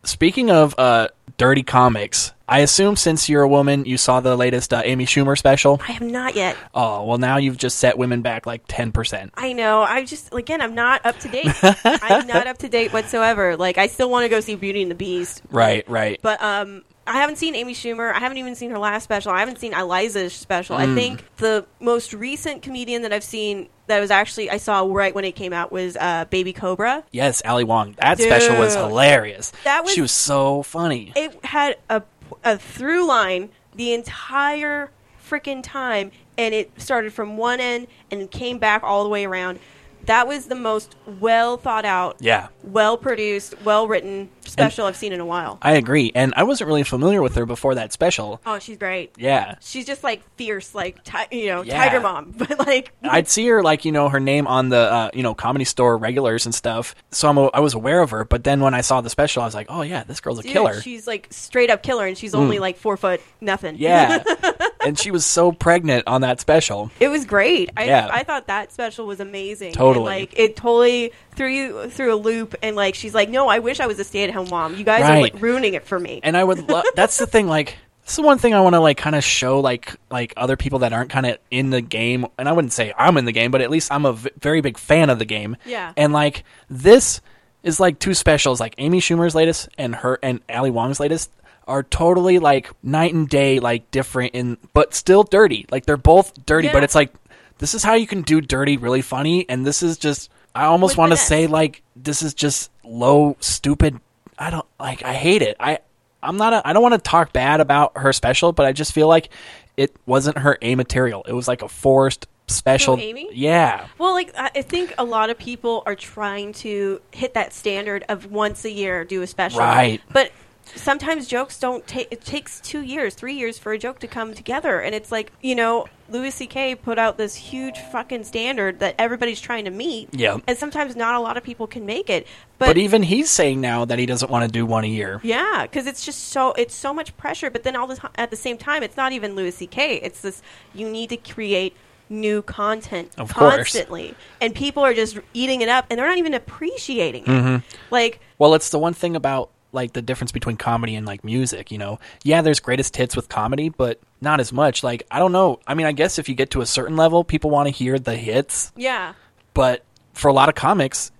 Speaking of uh, dirty comics, I assume since you're a woman, you saw the latest uh, Amy Schumer special. I have not yet. Oh well, now you've just set women back like ten percent. I know. I just again, I'm not up to (laughs) date. I'm not up to date whatsoever. Like, I still want to go see Beauty and the Beast, Right, right. but um, I haven't seen Amy Schumer. I haven't even seen her last special. I haven't seen Eliza's special. I Mm. think the most recent comedian that I've seen that was actually I saw right when it came out was uh, Baby Cobra. Yes, Ali Wong. That special was Dude. hilarious. That was- she was so funny. It had a, a through line the entire freaking time, and it started from one end and came back all the way around. That was the most well thought out, Yeah. well produced, well written special I've seen in a while. I agree, and I wasn't really familiar with her before that special. Oh, she's great. Yeah. She's just like fierce, like ti- you know, Yeah. Tiger Mom, (laughs) but like I'd see her like you know her name on the uh, you know comedy store regulars and stuff, so I'm a, I was aware of her. But then when I saw the special, I was like, oh yeah, this girl's a dude, killer. She's like straight up killer, and she's only Mm. like four foot nothing. Yeah, (laughs) and she was so pregnant on that special. It was great. I Yeah. I thought that special was amazing. And, Totally. like it totally threw you through a loop and like she's like, No, I wish I was a stay at home mom. You guys are Right. like ruining it for me. And I would love. that's the thing. Like, that's the one thing I want to like kind of show like like other people that aren't kind of in the game. And I wouldn't say I'm in the game, but at least I'm a v- very big fan of the game. Yeah. And like this is like two specials, like Amy Schumer's latest and her and Ali Wong's latest are totally like night and day, like different in, but still dirty. Like they're both dirty, but Yeah. it's like this is how you can do dirty really funny, and this is just. I almost want to say like this is just low, stupid. I don't like. I hate it. I I'm not. A, I don't want to talk bad about her special, but I just feel like it wasn't her A material. It was like a forced special. Amy? Yeah. Well, like I I think a lot of people are trying to hit that standard of once a year do a special, Right. But sometimes jokes don't take. It takes two years, three years for a joke to come together, and it's like you know, Louis C.K. put out this huge fucking standard that everybody's trying to meet. Yeah. and sometimes not a lot of people can make it. But, But, even he's saying now that he doesn't want to do one a year. yeah, because it's just so it's so much pressure. But then all this at the same time, it's not even Louis C.K. It's this you need to create new content Of course. constantly, and people are just eating it up, and they're not even appreciating it. Mhm. Like Well, it's the one thing about like the difference between comedy and like music, you know. Yeah, there's greatest hits with comedy, but not as much. Like, I don't know. I mean, I guess if you get to a certain level, people want to hear the hits, Yeah. but for a lot of comics,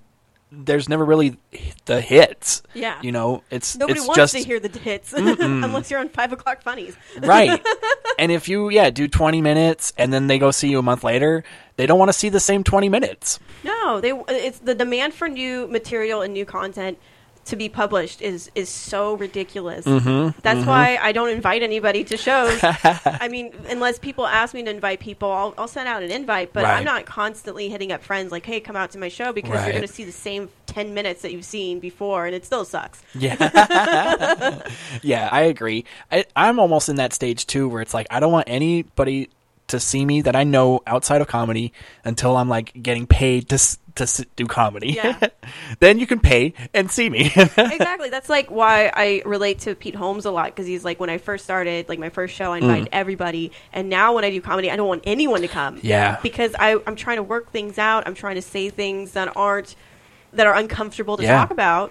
there's never really the hits. Yeah. You know, it's Nobody it's wants just to (laughs) hear the hits (laughs) Mm-mm. unless you're on five o'clock funnies. right. (laughs) and if you yeah, do 20 minutes and then they go see you a month later, they don't want to see the same 20 minutes. No, they. It's the demand for new material and new content to be published is is so ridiculous. Mhm, That's mhm. why I don't invite anybody to (laughs) shows. I mean, unless people ask me to invite people, I'll, I'll send out an invite. But Right. I'm not constantly hitting up friends like, "Hey, come out to my show," because Right. you're going to see the same ten minutes that you've seen before, and it still sucks. Yeah. yeah, I agree. I, I'm almost in that stage too where it's like I don't want anybody to see me that I know outside of comedy until I'm like getting paid to s- to s- do comedy. Yeah. (laughs) then you can pay and see me. (laughs) exactly. That's like why I relate to Pete Holmes a lot because he's like when I first started, like my first show, I invited Mm. everybody, and now when I do comedy, I don't want anyone to come. Yeah. because I, I'm trying to work things out. I'm trying to say things that aren't that are uncomfortable to Yeah. talk about,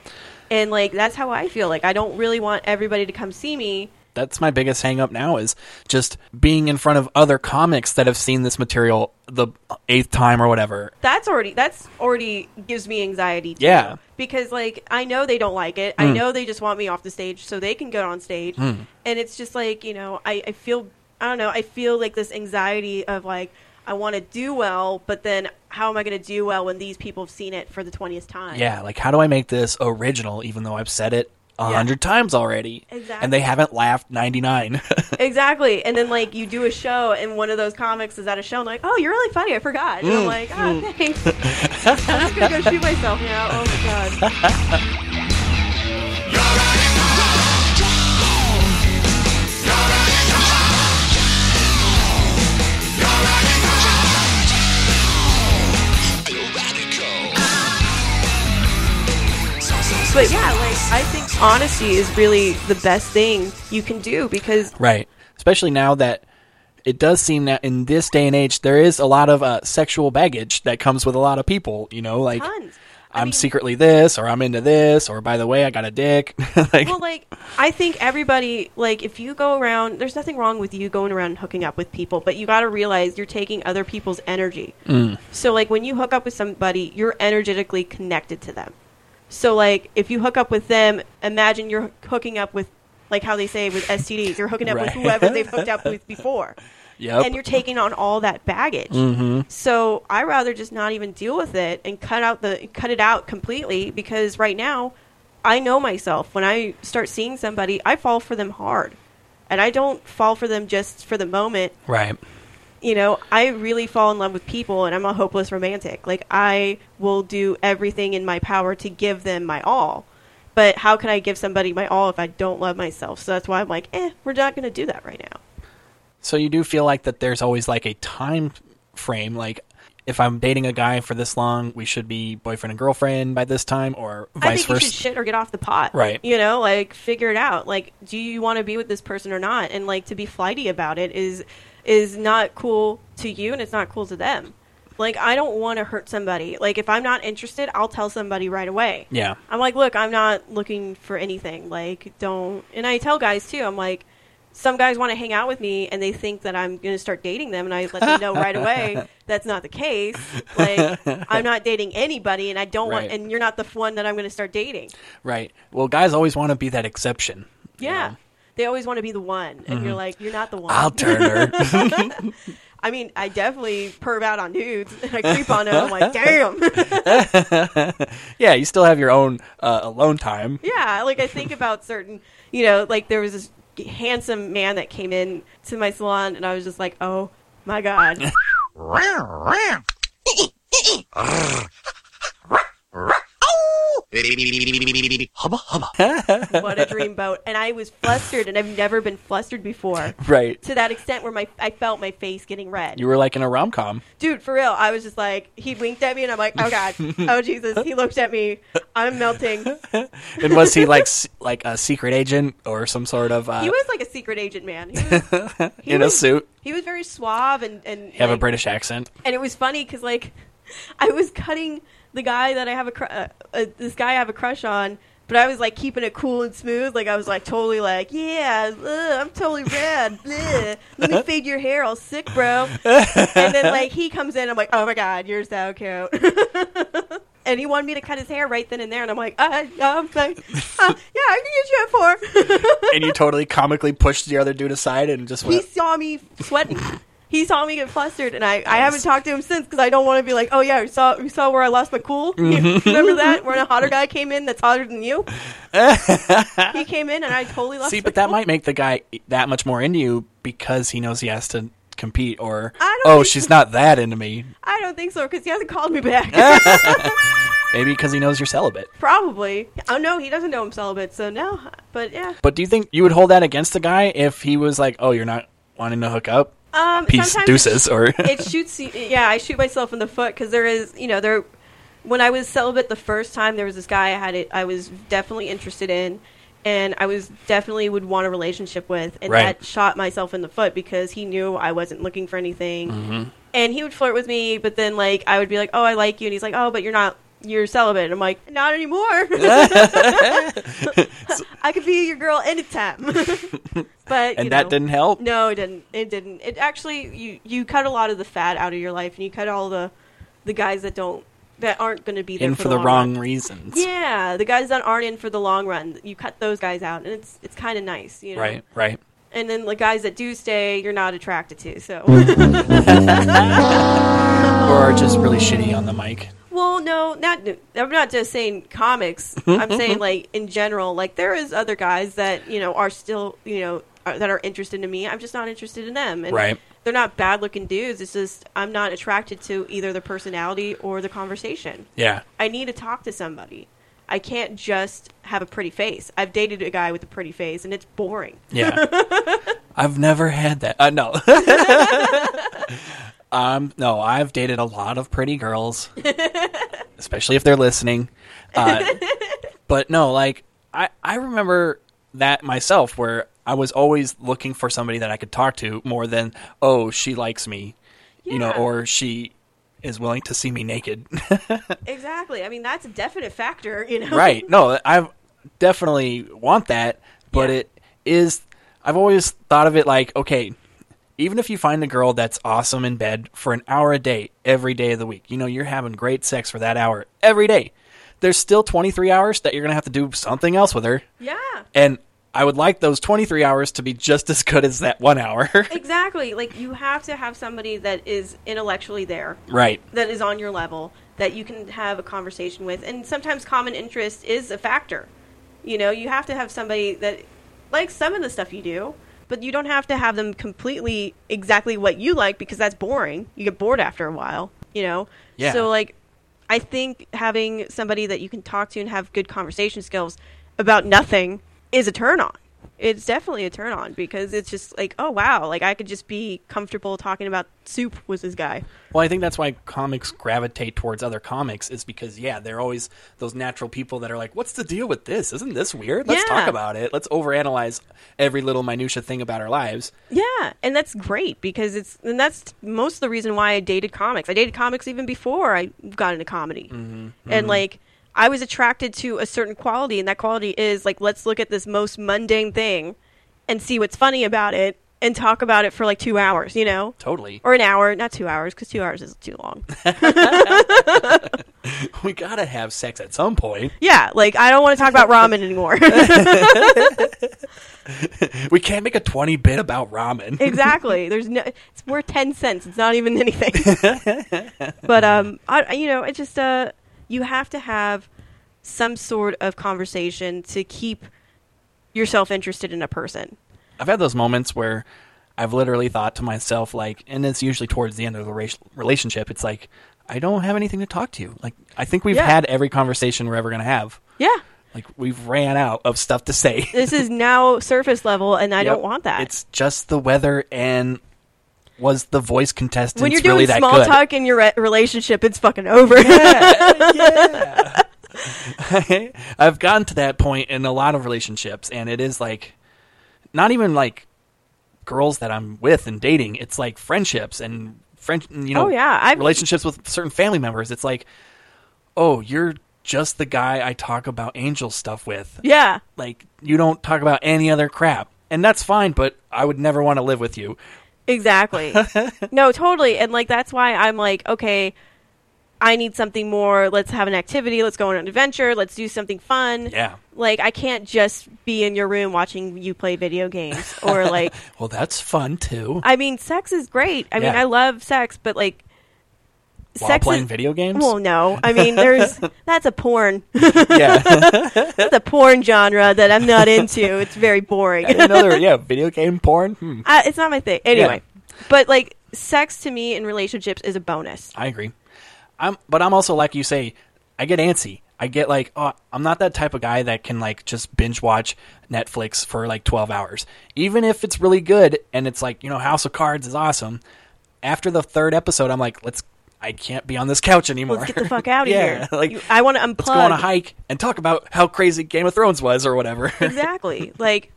and like that's how I feel. Like I don't really want everybody to come see me. That's my biggest hang up now is just being in front of other comics that have seen this material the eighth time or whatever. That's already that's already gives me anxiety. Too. Yeah. because like I know they don't like it. I Mm. know they just want me off the stage so they can get on stage. Mm. and it's just like you know I, I feel i don't know i feel like this anxiety of like i want to do well but then how am i going to do well when these people have seen it for the 20th time Yeah, like how do I make this original even though I've said it a Yeah. hundred times already and Exactly. they haven't laughed (laughs) 99. exactly and then like you do a show and one of those comics is at a show and like oh you're really funny i forgot and i'm Mm. like ah Mm. thanks (laughs) i'm just going to go shoot myself now oh my god but yeah like i think honesty is really the best thing you can do because Right. Especially now that it does seem that in this day and age, there is a lot of uh, sexual baggage that comes with a lot of people. You know, like I'm secretly this, or I'm into this, or by the way, I got a dick. (laughs) like, well, like I think everybody, like if you go around, there's nothing wrong with you going around and hooking up with people, but you got to realize you're taking other people's energy. Mm. So, like when you hook up with somebody, you're energetically connected to them. So, like if you hook up with them, imagine you're hooking up with, like how they say with STDs, you're hooking up Right. with whoever they've hooked up with before, Yep. and you're taking on all that baggage. Mhm. So I rather just not even deal with it and cut out the cut it out completely because right now I know myself. When I start seeing somebody, I fall for them hard. And I don't fall for them just for the moment. right. You know, I really fall in love with people and I'm a hopeless romantic. Like I will do everything in my power to give them my all. But how can I give somebody my all if I don't love myself? So that's why I'm like, eh, we're not going to do that right now. So you do feel like that there's always like a time frame, like. If I'm dating a guy for this long, we should be boyfriend and girlfriend by this time, or I vice think you should versa. shit or get off the pot. Right. You know, like figure it out. Like, do you want to be with this person or not? And like to be flighty about it is is not cool to you and it's not cool to them. Like I don't want to hurt somebody. Like if I'm not interested, I'll tell somebody right away. Yeah. I'm like, look, I'm not looking for anything. Like, don't. And I tell guys too. I'm like, some guys want to hang out with me and they think that I'm going to start dating them, and I let them know right (laughs) away that's not the case. Like, I'm not dating anybody, and I don't Right. want. And you're not the f- one that I'm going to start dating. Right. Well, guys always want to be that exception. Yeah. They always want to be the one, and you're Mhm. like, you're not the one. (laughs) I'll turn her. (laughs) I mean, I definitely perv out on dudes, and I creep on them. I'm (laughs) like, damn. (laughs) yeah, you still have your own uh, alone time. Yeah, like I think about certain, you know, like there was this handsome man that came in to my salon, and I was just like, oh my god. Ram, ram. Hubba hubba. what (laughs) a dream boat. And I was flustered, and I've never been flustered before. Right. To that extent where my I felt my face getting red. You were like in a rom com. Dude, for real, I was just like, he winked at me, and I'm like, oh God, (laughs) oh Jesus. He looked at me. I'm melting. Uh, And was he like s- (laughs) like a secret agent or some sort of uh, he was like a secret agent man. He was, (laughs) in a suit? he was very suave and and You have a like- British accent. and it was funny because like (laughs) I was cutting the guy that I have a cru- uh, uh, this guy I have a crush on, but I was like keeping it cool and smooth. Like I was like totally like yeah, uh, I'm totally red. bleh. Let me fade your hair, all sick, bro. and then like he comes in, I'm like oh my god, you're so cute. (laughs) And he wanted me to cut his hair right then and there, and I'm like, uh, I'm like, uh, yeah, I can get you a four. and you totally comically pushed the other dude aside and just he went. saw me sweating. he saw me get flustered, and I, I haven't talked to him since because I don't want to be like, oh yeah, you saw you saw where I lost my cool. (laughs) You Mhm. remember that when a hotter guy came in that's hotter than (laughs) you? he came in and I totally lost. See, my but that might make the guy that much more into you because he knows he has to compete. Or I don't oh, think she's not that into me. I don't think so because he hasn't called me back. (laughs) Maybe because he knows you're celibate. Probably. Oh no, he doesn't know I'm celibate, so no. But yeah. But do you think you would hold that against the guy if he was like, "Oh, you're not wanting to hook up"? Um, Peace, sometimes (laughs) deuces, it, or- (laughs) it shoots. you- Yeah, I shoot myself in the foot because there is, you know, there. When I was celibate the first time, there was this guy I had it. I was definitely interested in, and I was definitely would want a relationship with, and Right. that shot myself in the foot because he knew I wasn't looking for anything, Mm-hmm. Mhm. and he would flirt with me, but then like I would be like, "Oh, I like you," and he's like, "Oh, but you're not." You're celibate. And I'm like, not (laughs) anymore. (laughs) I could be your girl (laughs) anytime. but And you that know. didn't help? No, it didn't. It didn't. It actually you you cut a lot of the fat out of your life, and you cut all the the guys that don't that aren't going to be there In for, for the long wrong run. reasons. Yeah, the guys that aren't in for the long run, you cut those guys out, and it's it's kind of nice, you know. Right, right. And then the guys that do stay, you're not attracted to. So. Or just really shitty on the mic. Well, no, not I'm not just saying (laughs) comics. Hmm? I'm saying like in general, like there is other guys that you know are still you know are, that are interested in me. I'm just not interested in them, and Right. they're not bad looking dudes. It's just I'm not attracted to either the personality or the conversation. Yeah. I need to talk to somebody. I can't just have a pretty face. I've dated a guy with a pretty face, and it's boring. Yeah. I've never had that. Uh, no. um, no, I've dated a lot of pretty girls, especially if they're listening. Uh, but no, like, I, I remember that myself where I was always looking for somebody that I could talk to more than, oh, she likes me, you know, Yeah. or she is willing to see me naked. (laughs) exactly. I mean, that's a definite factor. (laughs) You know. right. No, I definitely want that, but it is. I've always thought of it like, okay, even if you find a girl that's awesome in bed for an hour a day every day of the week, you know, you're having great sex for that hour every day. There's still 23 hours that you're gonna have to do something else with her. Yeah. And I would like those 23 hours to be just as good as that one hour. (laughs) exactly. Like you have to have somebody that is intellectually there. Right. That is on your level that you can have a conversation with. And sometimes common interest is a factor. You know, you have to have somebody that likes some of the stuff you do, but you don't have to have them completely exactly what you like because that's boring. You get bored after a while, you know. Yeah. So like I think having somebody that you can talk to and have good conversation skills about nothing is a turn on. It's definitely a turn on because it's just like, oh wow, like I could just be comfortable talking about soup with this guy. Well, I think that's why comics gravitate towards other comics is because yeah, they're always those natural people that are like, "What's the deal with this? Isn't this weird? Let's Yeah. talk about it. Let's overanalyze every little minutia thing about our lives." Yeah, and that's great because it's and that's most of the reason why I dated comics. I dated comics even before I got into comedy. and like I was attracted to a certain quality, and that quality is like let's look at this most mundane thing and see what's funny about it and talk about it for like two hours, you know? Totally. Or an hour, not two hours, because two hours is too long. (laughs) we gotta have sex at some point. yeah, like I don't want to talk about ramen anymore. (laughs) We can't make a twenty bit about ramen. (laughs) exactly. There's no. It's worth ten cents. It's not even anything. but um, I I- you know, it just uh, you have to have some sort of conversation to keep yourself interested in a person. I've had those moments where I've literally thought to myself, like, and it's usually towards the end of the ra- relationship. It's like I don't have anything to talk to you. Like I think we've Yeah. had every conversation we're ever gonna have. Yeah. Like we've ran out of stuff to say. This is now surface level, and I Yep. don't want that. It's just the weather and was the voice contestant when you're doing really that small good? talk in your re- relationship, it's fucking (laughs) over. (laughs) I've gotten to that point in a lot of relationships, and it is like not even like girls that I'm with and dating. It's like friendships and friend, you know, Oh, yeah, I've- relationships with certain family members. It's like, oh, you're just the guy I talk about angel stuff with. yeah. Like you don't talk about any other crap, and that's fine. But I would never want to live with you. (laughs) Exactly. no, totally. And like that's why I'm like, okay, I need something more. Let's have an activity. Let's go on an adventure. Let's do something fun. Yeah. Like I can't just be in your room watching you play video (laughs) games or like well, that's fun too. I mean, sex is great. I mean, Yeah. I love sex, but like While playing video games? Well, no. I mean, there's that's a porn. (laughs) (laughs) Yeah. that's a porn genre that I'm not into. It's very (laughs) boring. (laughs) Another yeah, video game porn. Hmm. Uh, it's not my thing. Anyway, but like sex to me in relationships is a bonus. I agree. I'm, but I'm also like you say, I get antsy. I get like, oh, I'm not that type of guy that can like just binge watch Netflix for like 12 hours, even if it's really good and it's like you know House of Cards is awesome. After the third episode, I'm like, let's. I can't be on this couch anymore. Let's get the fuck out of (laughs) yeah, here. Like, You- I want to unplug. let's go on a hike (laughs) and talk about how crazy Game of Thrones was or whatever. exactly. Like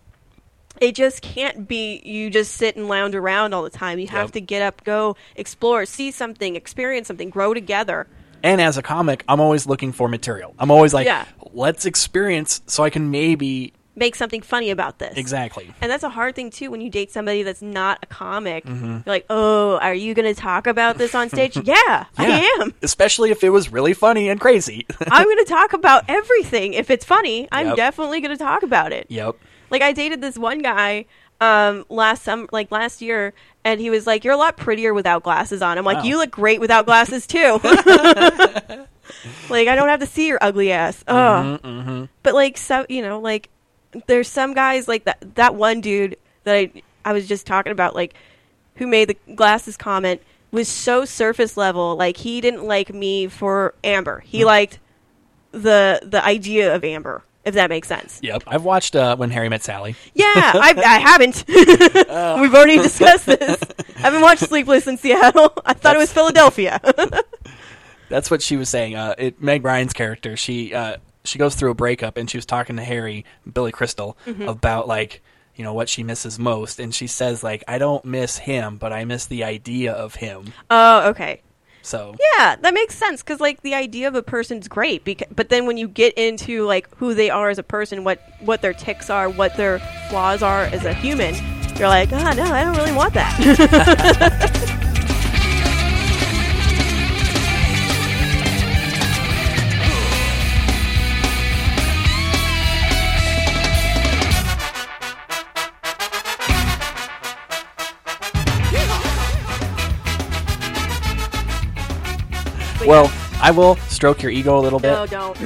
it just can't be you just sit and lounge around all the time. You have Yep. to get up, go explore, see something, experience something, grow together. and as a comic, I'm always looking for material. I'm always like, Yeah. let's experience so I can maybe Make something funny about this. exactly. And that's a hard thing too when you date somebody that's not a comic. Mhm. You're like, "Oh, are you going to talk about this on (laughs) stage?" yeah, I am. Especially if it was really funny and crazy. (laughs) I'm going to talk about everything. If it's funny, I'm Yep. definitely going to talk about it. yep. Like I dated this one guy um last some like last year and he was like you're a lot prettier without glasses on. I'm like Wow. you look great without glasses too. (laughs) like I don't have to see your ugly ass. Oh. But like so you know like there's some guys like that that one dude that I I was just talking about like who made the glasses comment was so surface level like he didn't like me for Amber. He liked the the idea of Amber if that makes sense. Yep. I've watched uh, When Harry Met Sally. Yeah, (laughs) I, I haven't. We've already discussed this. I haven't (laughs) watched Sleepless in Seattle. (laughs) I thought it was Philadelphia. (laughs) That's what she was saying. Uh, it, Meg Ryan's character, she uh, she goes through a breakup and she was talking to Harry, Billy Crystal, Mhm. about like you know what she misses most, and she says like I don't miss him, but I miss the idea of him. oh, okay. So Yeah, that makes sense because like the idea of a person's great, because, but then when you get into like who they are as a person, what what their ticks are, what their flaws are as a human, you're like, ah, no, I don't really want that. well, I will stroke your ego a little bit. no, don't.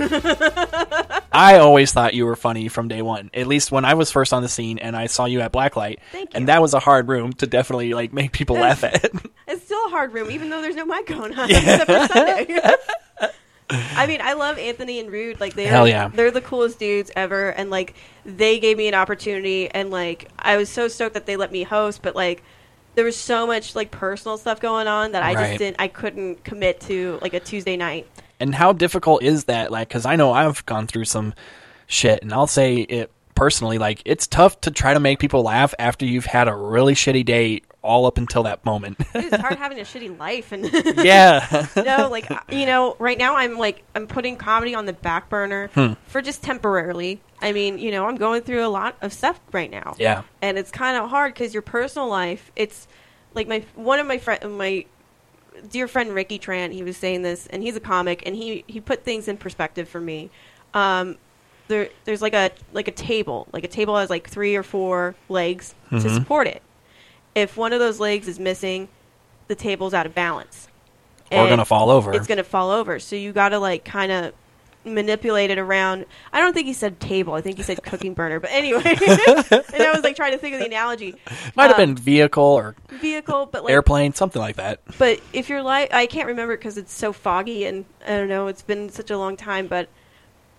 I always thought you were funny from day one. At least when I was first on the scene and I saw you at Blacklight, Thank and that was a hard room to definitely like make people laugh at. It's still a hard room, even though there's no mic going (laughs) on except for Sunday. (laughs) I mean, I love Anthony and Rude. Like they're Hell yeah. they're the coolest dudes ever, and like they gave me an opportunity, and like I was so stoked that they let me host, but like. There was so much like personal stuff going on that I Right. just didn't. I couldn't commit to like a Tuesday night. and how difficult is that like because i know i've gone through some shit and i'll say it personally like it's tough to try to make people laugh after you've had a really shitty day all up until that moment (laughs) Dude, it's hard having a shitty life and Yeah. (laughs) no like I- you know right now i'm like i'm putting comedy on the back burner Hmm. for just temporarily i mean you know i'm going through a lot of stuff right now Yeah. and it's kind of hard because your personal life it's like my one of my friend my dear friend ricky tran he was saying this and he's a comic and he he put things in perspective for me um there, there's like a like a table like a table has like three or four legs to Mhm. support it if one of those legs is missing, the table's out of balance. Or gonna fall over. It's gonna fall over. So you gotta like kind of manipulate it around. I don't think he said table. I think he said cooking burner. But anyway, (laughs) and I was like trying to think of the analogy. (laughs) might have Uh, been vehicle or vehicle, but like airplane something like that But if you're like, I can't remember because it's so foggy and I don't know. It's been such a long time, but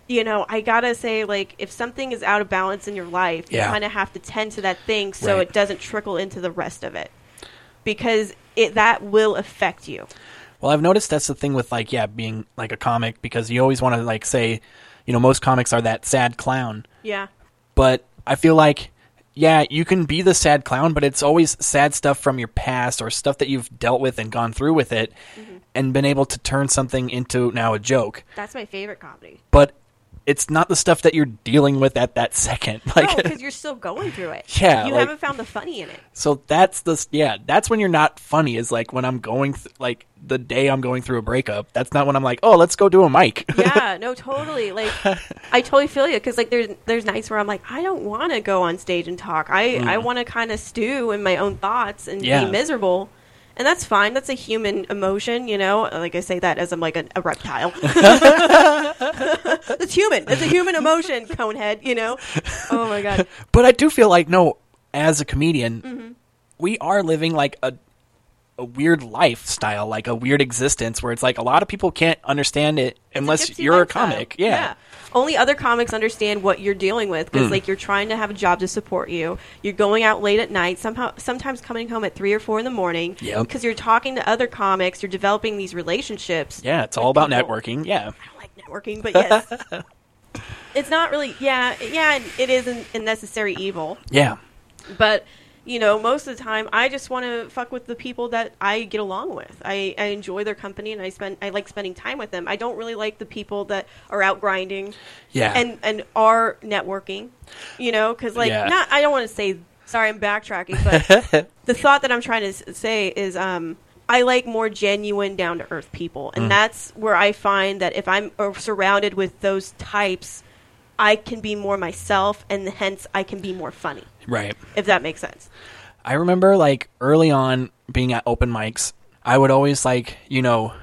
you know, I gotta say, like, if something is out of balance in your life, Yeah. you kind of have to tend to that thing so Right. it doesn't trickle into the rest of it, because it that will affect you. Well, I've noticed that's the thing with like yeah, being like a comic because you always want to like say, you know, most comics are that sad clown, Yeah. but I feel like yeah, you can be the sad clown, but it's always sad stuff from your past or stuff that you've dealt with and gone through with it and been able to turn something into now a joke. That's my favorite comedy. But it's not the stuff that you're dealing with at that second. (laughs) Like because you're still going through it. Yeah, you like- haven't found the funny in it. So that's the yeah. That's when you're not funny. Is like when I'm going th- like the day I'm going through a breakup. That's not when I'm like, oh, let's go do a mic. (laughs) yeah, no, totally. Like, I totally feel you because like there's there's nights where I'm like, I don't want to go on stage and talk. I Mm. I want to kind of stew in my own thoughts and Yeah. be miserable, and that's fine. That's a human emotion, you know. Like I say that as I'm like a, a reptile. (laughs) it's human. It's a human (laughs) emotion, conehead. You know. Oh my god. but I do feel like no, as a comedian, Mhm. we are living like a a weird lifestyle, like a weird existence where it's like a lot of people can't understand it unless gypsy you're lifestyle. a comic. Yeah. Only other comics understand what you're dealing with because, Mm. like, you're trying to have a job to support you. You're going out late at night, somehow, sometimes coming home at three or four in the morning because Yep. you're talking to other comics. You're developing these relationships, Yeah, it's all about networking. Yeah. networking. But yes, (laughs) it's not really. Yeah, yeah, it- it is a a necessary evil. Yeah. But you know, most of the time, I just want to fuck with the people that I get along with. I, I enjoy their company, and I spend I like spending time with them. I don't really like the people that are out grinding, Yeah. and and are networking, you know, because like Yeah. not I don't want to say sorry, I'm backtracking, (laughs) but the thought that I'm trying to s- say is um. I like more genuine, down to earth people, and Mm. that's where I find that if I'm uh, surrounded with those types, I can be more myself, and hence I can be more funny Right. if that makes sense. I remember like early on being at open mics, I would always like, you know,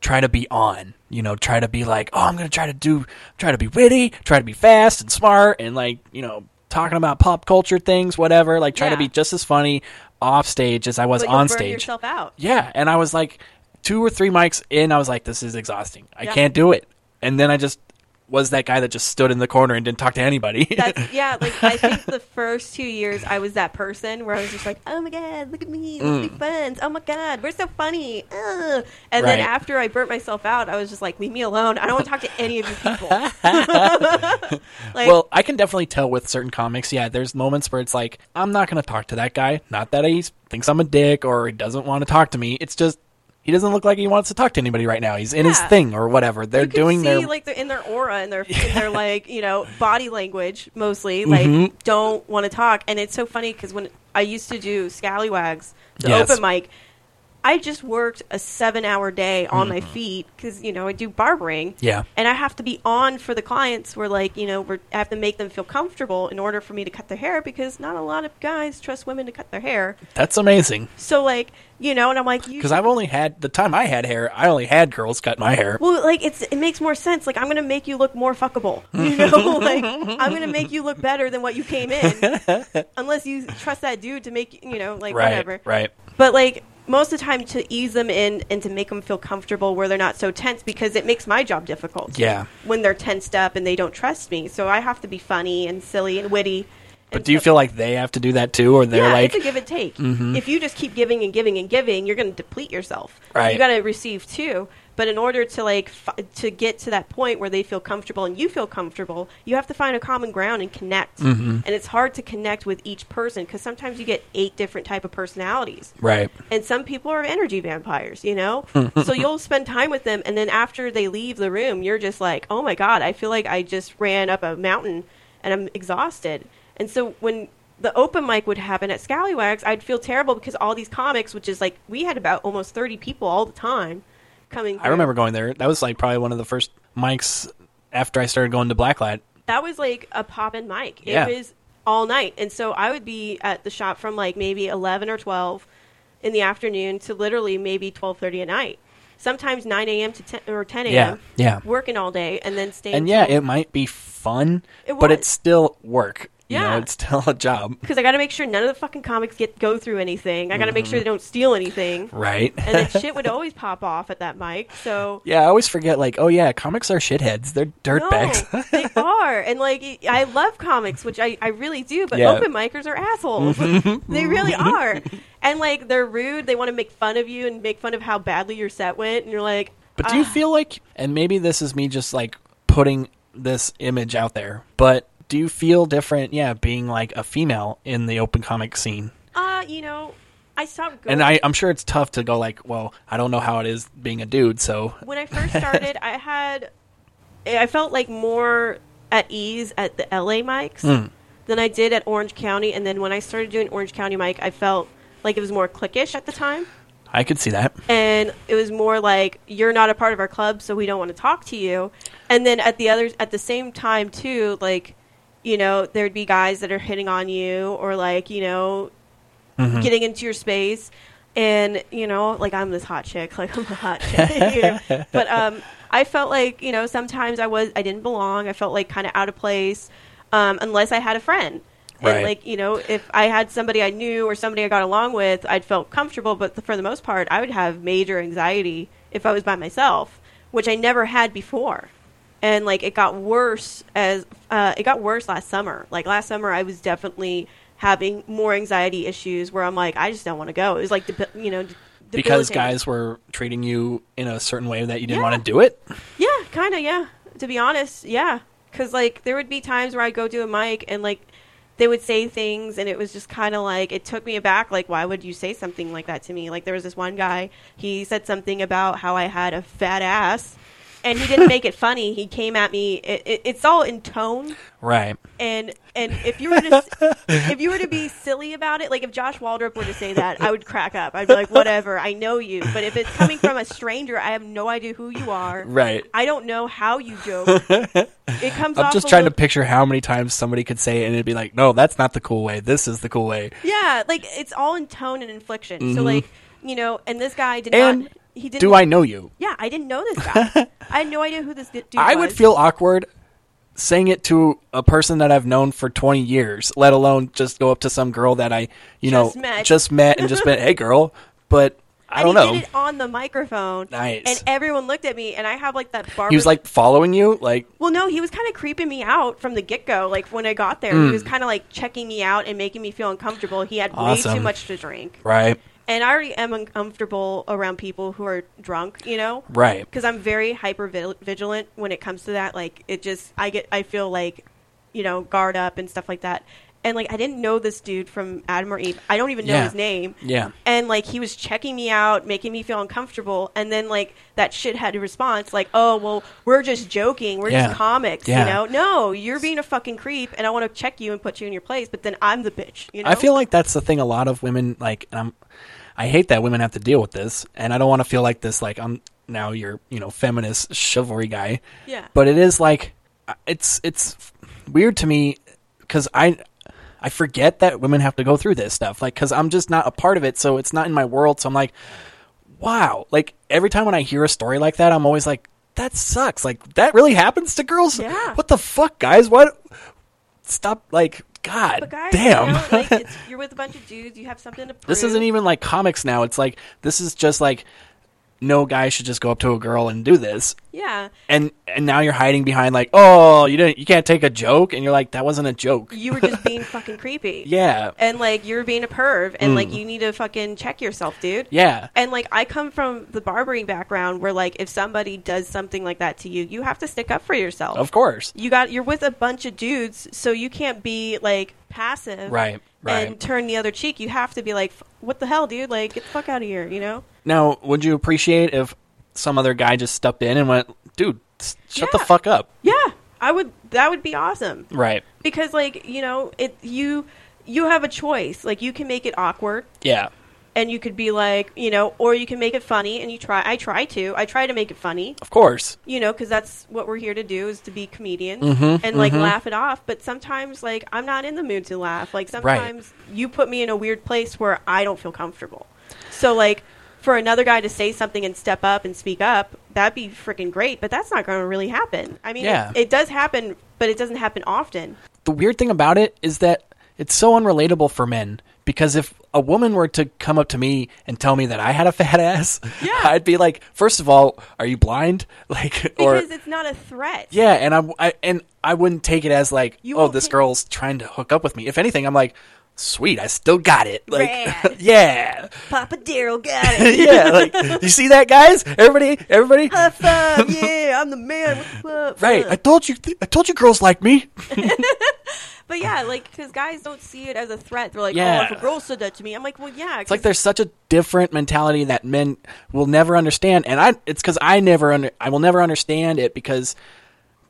try to be on, you know, try to be like, oh, I'm going to try to do, try to be witty, try to be fast and smart and like, you know, talking about pop culture things, whatever, like try to Yeah. be just as funny off stage as I was But you'll on burn stage. yourself out. Yeah. And I was like, two or three mics in, I was like, this is exhausting. I Yeah. can't do it. And then I just was that guy that just stood in the corner and didn't talk to anybody. (laughs) That's yeah. Like I think the first two years, I was that person where I was just like, "Oh my god, look at me, let's be Mm. friends. Oh my god, we're so funny." Ugh. And then Right. after I burnt myself out, I was just like, "Leave me alone. I don't want to talk to any of you (laughs) people." (laughs) like, well, I can definitely tell with certain comics. Yeah, there's moments where it's like, I'm not going to talk to that guy. Not that he thinks I'm a dick or he doesn't want to talk to me. It's just he doesn't look like he wants to talk to anybody right now. He's in his Yeah. thing or whatever. They're you can doing see, their like they're in their aura and their in (laughs) their like you know body language mostly Mhm. like don't want to talk and it's so funny because when I used to do Scallywags the Yes. open mic I just worked a seven hour day on my feet because you know I do barbering Mm-hmm. Yeah. and I have to be on for the clients where like you know we're, I have to make them feel comfortable in order for me to cut their hair because not a lot of guys trust women to cut their hair That's amazing. so like you know and I'm like you Because I've only had the time I had hair, I only had girls cut my hair. (laughs) well, like it's it makes more sense. Like I'm gonna make you look more fuckable. You know, (laughs) like I'm gonna make you look better than what you came (laughs) in, unless you trust that dude to make you know like right, whatever. right. But like most of the time, to ease them in and to make them feel comfortable where they're not so tense because it makes my job difficult. Yeah. when they're tensed up and they don't trust me, so I have to be funny and silly and witty. But do you feel like they have to do that too, or they're yeah, like, it's a give and take. Mhm. If you just keep giving and giving and giving, you're going to deplete yourself. Right. You got to receive too. But in order to like f- to get to that point where they feel comfortable and you feel comfortable, you have to find a common ground and connect. Mhm. And it's hard to connect with each person because sometimes you get eight different type of personalities. Right. And some people are energy vampires, you (laughs) know. so you'll spend time with them, and then after they leave the room, you're just like, oh my god, I feel like I just ran up a mountain and I'm exhausted. And so when the open mic would happen at Scallywags, I'd feel terrible because all these comics, which is like we had about almost thirty people all the time coming. I through. remember going there. That was like probably one of the first mics after I started going to Blacklight. that was like a pop in mic. Yeah. It was all night. And so I would be at the shop from like maybe 11 or 12 in the afternoon to literally maybe 12:30 at night. Sometimes 9 a.m. to 10 or 10 a.m. Yeah, yeah. Working all day and then staying And yeah, till- it might be fun, It but was. it's still work. You know, Yeah. it's still a job. Because I got to make sure none of the fucking comics get go through anything. I got to make sure Mhm. they don't steal anything. Right. and that (laughs) shit would always pop off at that mic. So Yeah, I always forget, like, oh, yeah, comics are shitheads. They're dirtbags. No, they are. And like it- I love comics, which I, I really do, but Yeah. open micers are assholes. Mhm. (laughs) they really are. And like they're rude, they want to make fun of you and make fun of how badly your set went and you're like (laughs) But do you "Ah, feel like, and maybe this is me just like putting this image out there, but do you feel different, yeah, being like a female in the open comic scene? uh, you know, I stopped going And I, I'm sure it's tough to go like, well, I don't know how it is being a dude, so when I first started, I had I felt like more at ease at the LA mics Mm. than I did at Orange County, and then when I started doing Orange County mic, I felt like it was more cliquish at the time, I could see that. and it was more like you're not a part of our club, so we don't want to talk to you. And then at the other at the same time too, like you know, there'd be guys that are hitting on you or like you know Mhm. getting into your space and you know like i'm this hot chick like i'm a hot chick (laughs) you know? (laughs) but um i felt like you know sometimes i was i didn't belong i felt like kind of out of place um unless i had a friend Right. and like you know if i had somebody i knew or somebody i got along with i'd felt comfortable but for the most part i would have major anxiety if i was by myself which i never had before and like it got worse as uh, it got worse last summer. Like last summer, I was definitely having more anxiety issues where I'm like, I just don't want to go. It was like, debi- you know, de- Because debilitating. guys were treating you in a certain way that you didn't want to do it. yeah, kind of, yeah. To be honest, yeah, because like there would be times where I would go do a mic and like they would say things, and it was just kind of like it took me aback. Like, why would you say something like that to me? Like there was this one guy, he said something about how I had a fat ass. And he didn't make it funny. He came at me. It, it, it's all in tone. Right. and and if you were to if you were to be silly about it, like if Josh Waldrop were to say that, I would crack up. I'd be like, whatever, I know you. But if it's coming from a stranger, I have no idea who you are. Right. I don't know how you (laughs) joke. It comes. I'm off just a trying little- to picture how many times somebody could say it and it'd be like, no, that's not the cool way. This is the cool way. Yeah, like it's all in tone and inflection. So Mhm. like you know, and this guy did And not. He didn't. do I know you? Yeah, I didn't know this (laughs) guy. I had no idea who this d- dude I was. would feel awkward saying it to a person that I've known for 20 years, let alone just go up to some girl that I, you Just know, met. just (laughs) met and just been, hey, girl. But I and don't he know. did it on the microphone. Nice. And everyone looked at me, and I have like that barber. He was like following you, like, Well, no, he was kind of creeping me out from the get go. Like when I got there, Mm. he was kind of like checking me out and making me feel uncomfortable. He had way Awesome. too much to drink, right? and I already am uncomfortable around people who are drunk. You know, Right. Because I'm very hyper vil- vigilant when it comes to that. Like it just, I get, I feel like, you know, guard up and stuff like that. And like I didn't know this dude from Adam or Eve. I don't even know Yeah. his name Yeah. and like he was checking me out, making me feel uncomfortable, and then like that shithead response, like, "Oh, well, we're just joking, we're Yeah. just comics, Yeah. you know? No, you're being a fucking creep, and I want to check you and put you in your place, but then I'm the bitch, you know? I feel like that's the thing a lot of women, like, and I'm, I hate that women have to deal with this. And I don't want to feel like this, like, I'm now your, you know, feminist chivalry guy. Yeah. But it is like, it's, it's weird to me because I, I forget that women have to go through this stuff. Like, because I'm just not a part of it. So it's not in my world. So I'm like, wow. Like, every time when I hear a story like that, I'm always like, that sucks. Like, that really happens to girls? Yeah. What the fuck, guys? What? Stop. Like, God But guys, damn. you know, like, (laughs) it's, you're with a bunch of dudes, you have something to prove. This isn't even like comics now. It's like this is just like no guy should just go up to a girl and do this. Yeah. And and now you're hiding behind like, "Oh, you didn't you can't take a joke." And you're like, "That wasn't a joke." You were just being fucking creepy. (laughs) Yeah. And like you're being a perv, and Mm. like you need to fucking check yourself, dude. Yeah. And like I come from the barbering background, where like if somebody does something like that to you, you have to stick up for yourself. Of course. you got you're with a bunch of dudes, so you can't be like passive, Right, right. And turn the other cheek. You have to be like, "F- what the hell, dude? Like, get the fuck out of here, you know? Now, would you appreciate if some other guy just stepped in and went, "Dude, s- shut the fuck up." Yeah, I would. That would be awesome, Right. Because like you know, it you you have a choice. Like you can make it awkward, Yeah. and you could be like, you know, or you can make it funny, and you try. I try to. I try to make it funny. Of course. you know because that's what we're here to do is to be comedians Mhm, and like mhm. laugh it off but sometimes like i'm not in the mood to laugh like sometimes you put me in a weird place where i don't feel comfortable so like for another guy to say something and step up and speak up that'd be freaking great but that's not going to really happen i mean Yeah. it, it does happen but it doesn't happen often the weird thing about it is that it's so unrelatable for men because if a woman were to come up to me and tell me that I had a fat (laughs) ass, yeah. I'd be like, first of all, are you blind? (laughs) Like, or because it's not a threat. yeah, and I'm, I and I wouldn't take it as like, oh, this girl's trying to hook up with me. If anything, I'm like, sweet, I still got it. Like, Rad. (laughs) yeah, Papa Daryl got (laughs) it. yeah. Like, you see that, guys? Everybody, everybody. High five, yeah, I'm the man. What's up? Right, I told you. I told you, girls like me. But yeah, like because guys don't see it as a threat. They're like, Yeah. oh, if a girl said that to me, I'm like, well, yeah. It's like there's such a different mentality that men will never understand, and I it's because I never under I will never understand it because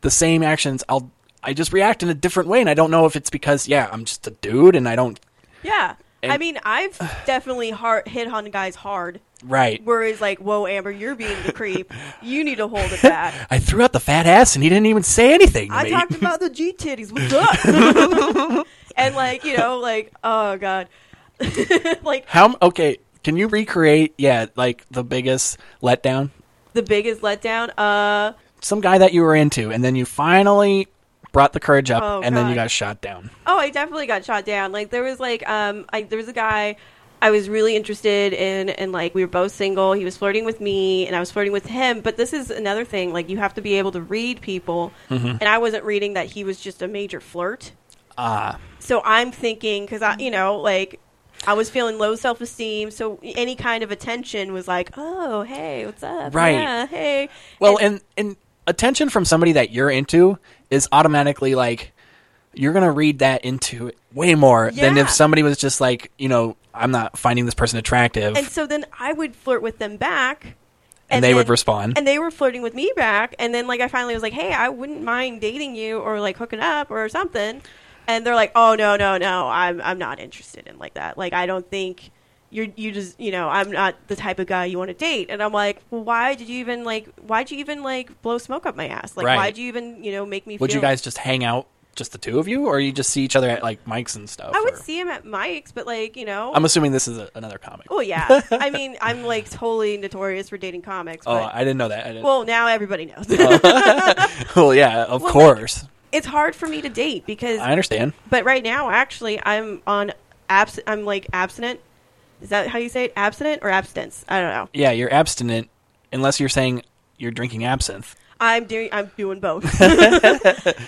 the same actions I'll I just react in a different way, and I don't know if it's because yeah I'm just a dude and I don't yeah. And- I mean, I've definitely hard, hit on guys hard. right Whereas, like, whoa, Amber, you're being the creep. You need to hold it back. (laughs) I threw out the fat ass and he didn't even say anything. To I me. talked about the G titties. What's up? (laughs) and like you know, like oh god, (laughs) like How okay? Can you recreate yeah like the biggest letdown? the biggest letdown. Uh, Some guy that you were into, and then you finally brought the courage up, Oh, and then you God. got shot down. Oh, I definitely got shot down. Like there was like um I, there was a guy I was really interested in and like we were both single. He was flirting with me and I was flirting with him, but this is another thing like you have to be able to read people Mhm. and I wasn't reading that he was just a major flirt. Ah, So I'm thinking cuz I you know like I was feeling low self-esteem, so any kind of attention was like, "Oh, hey, what's up?" Right. Yeah, hey. Well, and, and attention from somebody that you're into is automatically like you're gonna read that into it way more than Yeah. if somebody was just like you know I'm not finding this person attractive And so then I would flirt with them back, and, And they would then- respond. And they were flirting with me back, and then like I finally was like, "Hey, I wouldn't mind dating you or like hooking up or something," and they're like, "Oh no, no, no, I'm I'm not interested in like that. Like I don't think you're you just you know I'm not the type of guy you want to date." And I'm like, well, "Why did you even like? Why would you even like blow smoke up my ass? Like Right. why would you even you know make me?" would feel you guys just hang out just the two of you or you just see each other at like mics and stuff I would or- see him at Mike's, but like you know, I'm assuming this is a, another comic Oh yeah, I mean, I'm like totally notorious for dating comics. (laughs) oh but- I didn't know that I didn't. Well, now everybody knows. (laughs) Uh. well yeah Well, of like- course (laughs) it's hard for me to date because I understand But right now, actually, I'm on abs. I'm like abstinent. Is that how you say it? Abstinent or abstinence? I don't know. yeah you're abstinent unless you're saying you're drinking absinthe I'm doing. I'm doing (laughs) both.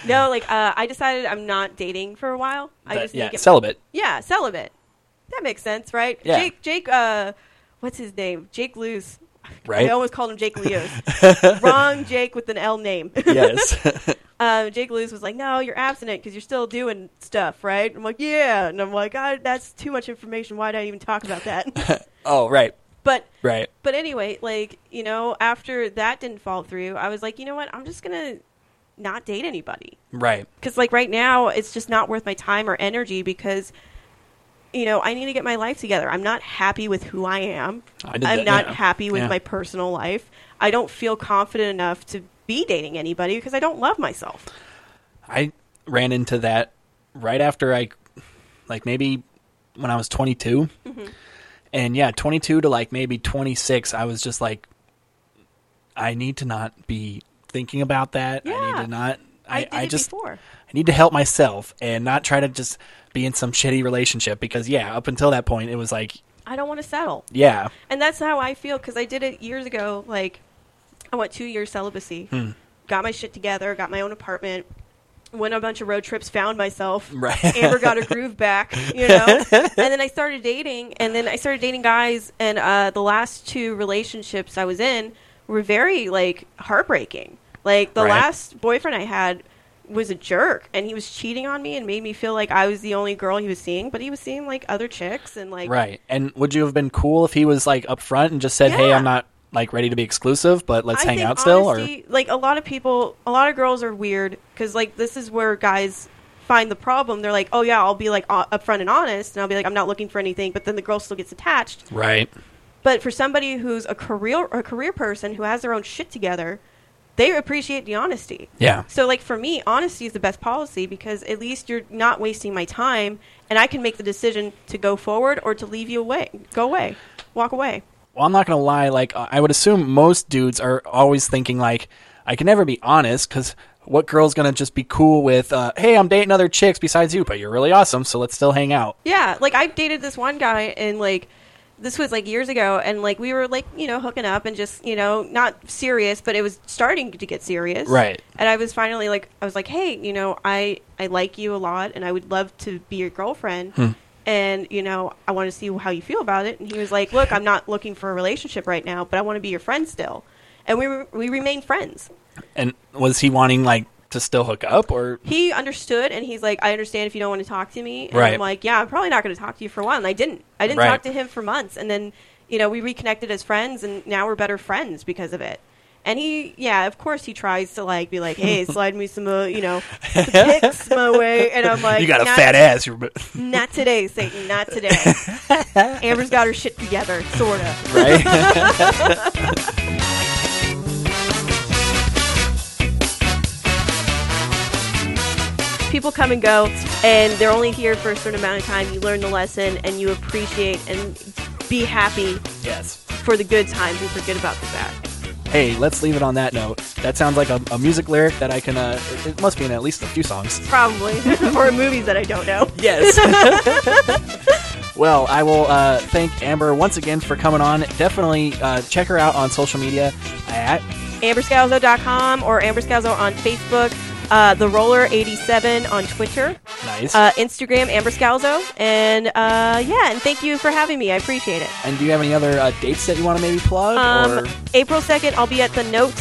no, like uh, I decided I'm not dating for a while. I That- just yeah, think it- celibate. Yeah, celibate. That makes sense, right? Yeah. Jake. Jake. Uh, what's his name? Jake Lewis. Right. (laughs) I always called him Jake (laughs) Leos. Wrong Jake with an L name. yes (laughs) Um, Jake Lewis was like, "No, you're abstinent because you're still doing stuff, right?" I'm like, "Yeah," and I'm like, God, "That's too much information. Why did I even talk about that?" oh (laughs) right but right but anyway, like you know, after that didn't fall through, I was like, you know what? I'm just gonna not date anybody right because like right now, it's just not worth my time or energy because you know I need to get my life together. I'm not happy with who I am. I did am that, not yeah. happy with Yeah. my personal life. I don't feel confident enough to be dating anybody because I don't love myself. I ran into that right after I, like maybe when I was 22. Mhm. And yeah, 22 to like maybe 26, I was just like, I need to not be thinking about that. I need to not. I, I, did it just before. I need to help myself and not try to just be in some shitty relationship because yeah, up until that point it was like I don't want to settle. yeah, And that's how I feel because I did it years ago. Like, I went two years celibacy, Hmm. got my shit together, got my own apartment, went on a bunch of road trips, found myself. Right. (laughs) Amber got her groove back, you (laughs) know? and then I started dating, and then I started dating guys, and uh, the last two relationships I was in were very, like, heartbreaking. Like, the Right. last boyfriend I had was a jerk and he was cheating on me and made me feel like I was the only girl he was seeing but he was seeing like other chicks and like right. And would you have been cool if he was like upfront and just said, "Hey, Yeah. I'm not like ready to be exclusive, but let's I hang think out still?" honesty- like a lot of people, a lot of girls are weird because like this is where guys find the problem. They're like, oh yeah, I'll be like o- upfront and honest, and I'll be like, I'm not looking for anything, but then the girl still gets attached. or right? But for somebody who's a career a career person who has their own shit together, they appreciate the honesty. Yeah. So like for me, honesty is the best policy because at least you're not wasting my time, and I can make the decision to go forward or to leave you away, go away, walk away. well, I'm not gonna lie. Like, I would assume most dudes are always thinking like, I can never be honest because What girl's gonna just be cool with? Uh, hey, I'm dating other chicks besides you, but you're really awesome, so let's still hang out. Yeah, like I've dated this one guy and like this was like years ago and like we were like, you know, hooking up and just, you know, not serious, but it was starting to get serious. Right. And I was finally like I was like, "Hey, you know, I I like you a lot and I would love to be your girlfriend." Hmm. And you know, I want to see how you feel about it. And he was like, "Look, I'm not looking for a relationship right now, but I want to be your friend still." And we were, we remained friends. And was he wanting like to still hook up or? He understood, and he's like, "I understand if you don't want to talk to me." And Right. I'm like, "Yeah, I'm probably not going to talk to you for a while." And I didn't. I didn't Right. talk to him for months, and then you know we reconnected as friends, and now we're better friends because of it. And he, yeah, of course, he tries to like be like, (laughs) "Hey, slide me some, uh, you know, some pics my way," and I'm like, you got a "Not- fat ass. You're... (laughs) Not today, Satan. Not today. Amber's got her shit together, sorta. Right? (laughs) people come and go and they're only here for a certain amount of time you learn the lesson and you appreciate and be happy yes for the good times and forget about the bad Hey, let's leave it on that note. That sounds like a, a music lyric that I can. Uh, it, it must be in at least a few songs. probably (laughs) or movies that i don't know yes (laughs) Well, I will uh, thank Amber once again for coming on. Definitely uh, check her out on social media at amberscalzo.com or amberscalzo on facebook uh, the roller 87 on twitter Nice. uh, instagram amberscalzo and uh, yeah and thank you for having me i appreciate it And do you have any other uh, dates that you want to maybe plug? Um, or April 2nd, I'll be at the Note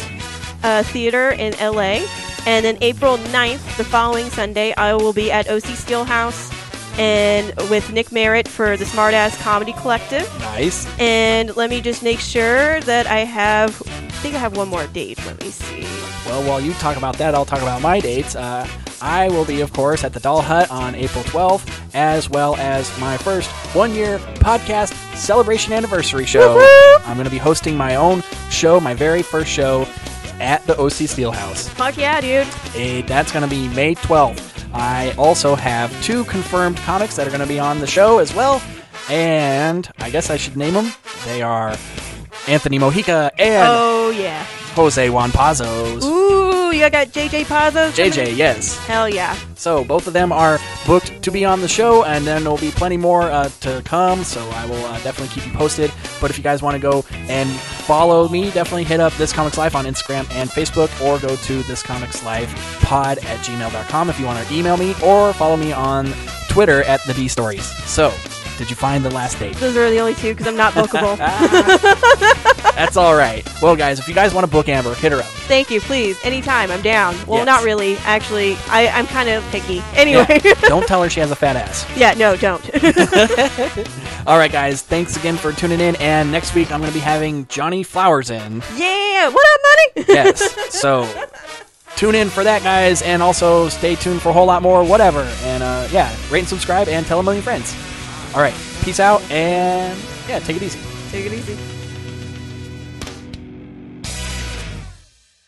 uh, Theater in LA. And then April 9th, the following Sunday, I will be at OC Steelhouse and with Nick Merritt for the Smartass Comedy Collective. nice. And let me just make sure that I have, I think I have one more date. Let me see. Well, while you talk about that, I'll talk about my dates. Uh, I will be, of course, at the Doll Hut on April 12th, as well as my first one year podcast celebration anniversary show. I'm going to be hosting my own show, my very first show at the OC Steelhouse. Fuck yeah, dude. Eh, that's going to be May 12th. I also have two confirmed comics that are going to be on the show as well. And I guess I should name them. They are Anthony Mojica and oh, yeah. Jose Juan Pazos. Ooh, you got JJ Pazos? coming? JJ, yes. Hell yeah. So both of them are booked to be on the show, and then there'll be plenty more uh, to come. So I will uh, definitely keep you posted. But if you guys want to go and follow me, definitely hit up This Comics Life on Instagram and Facebook, or go to This Comics Life Pod at gmail.com if you want to email me, or follow me on Twitter at the D Stories. So, did you find the last date? Those are the only two because I'm not bookable. That's all right. Well, guys, if you guys want to book Amber, hit her up. Thank you, please. Anytime, I'm down. Well, Yes. not really. Actually, I, I'm kind of picky. Anyway. (laughs) Yeah, don't tell her she has a fat ass. yeah no, don't. (laughs) All right, guys. Thanks again for tuning in. And next week, I'm going to be having Johnny Flowers in. Yeah, what up, money? Yes. so tune in for that, guys. And also stay tuned for a whole lot more, whatever. And uh, yeah, rate and subscribe and tell a million friends. All right. Peace out. And yeah, take it easy. Take it easy.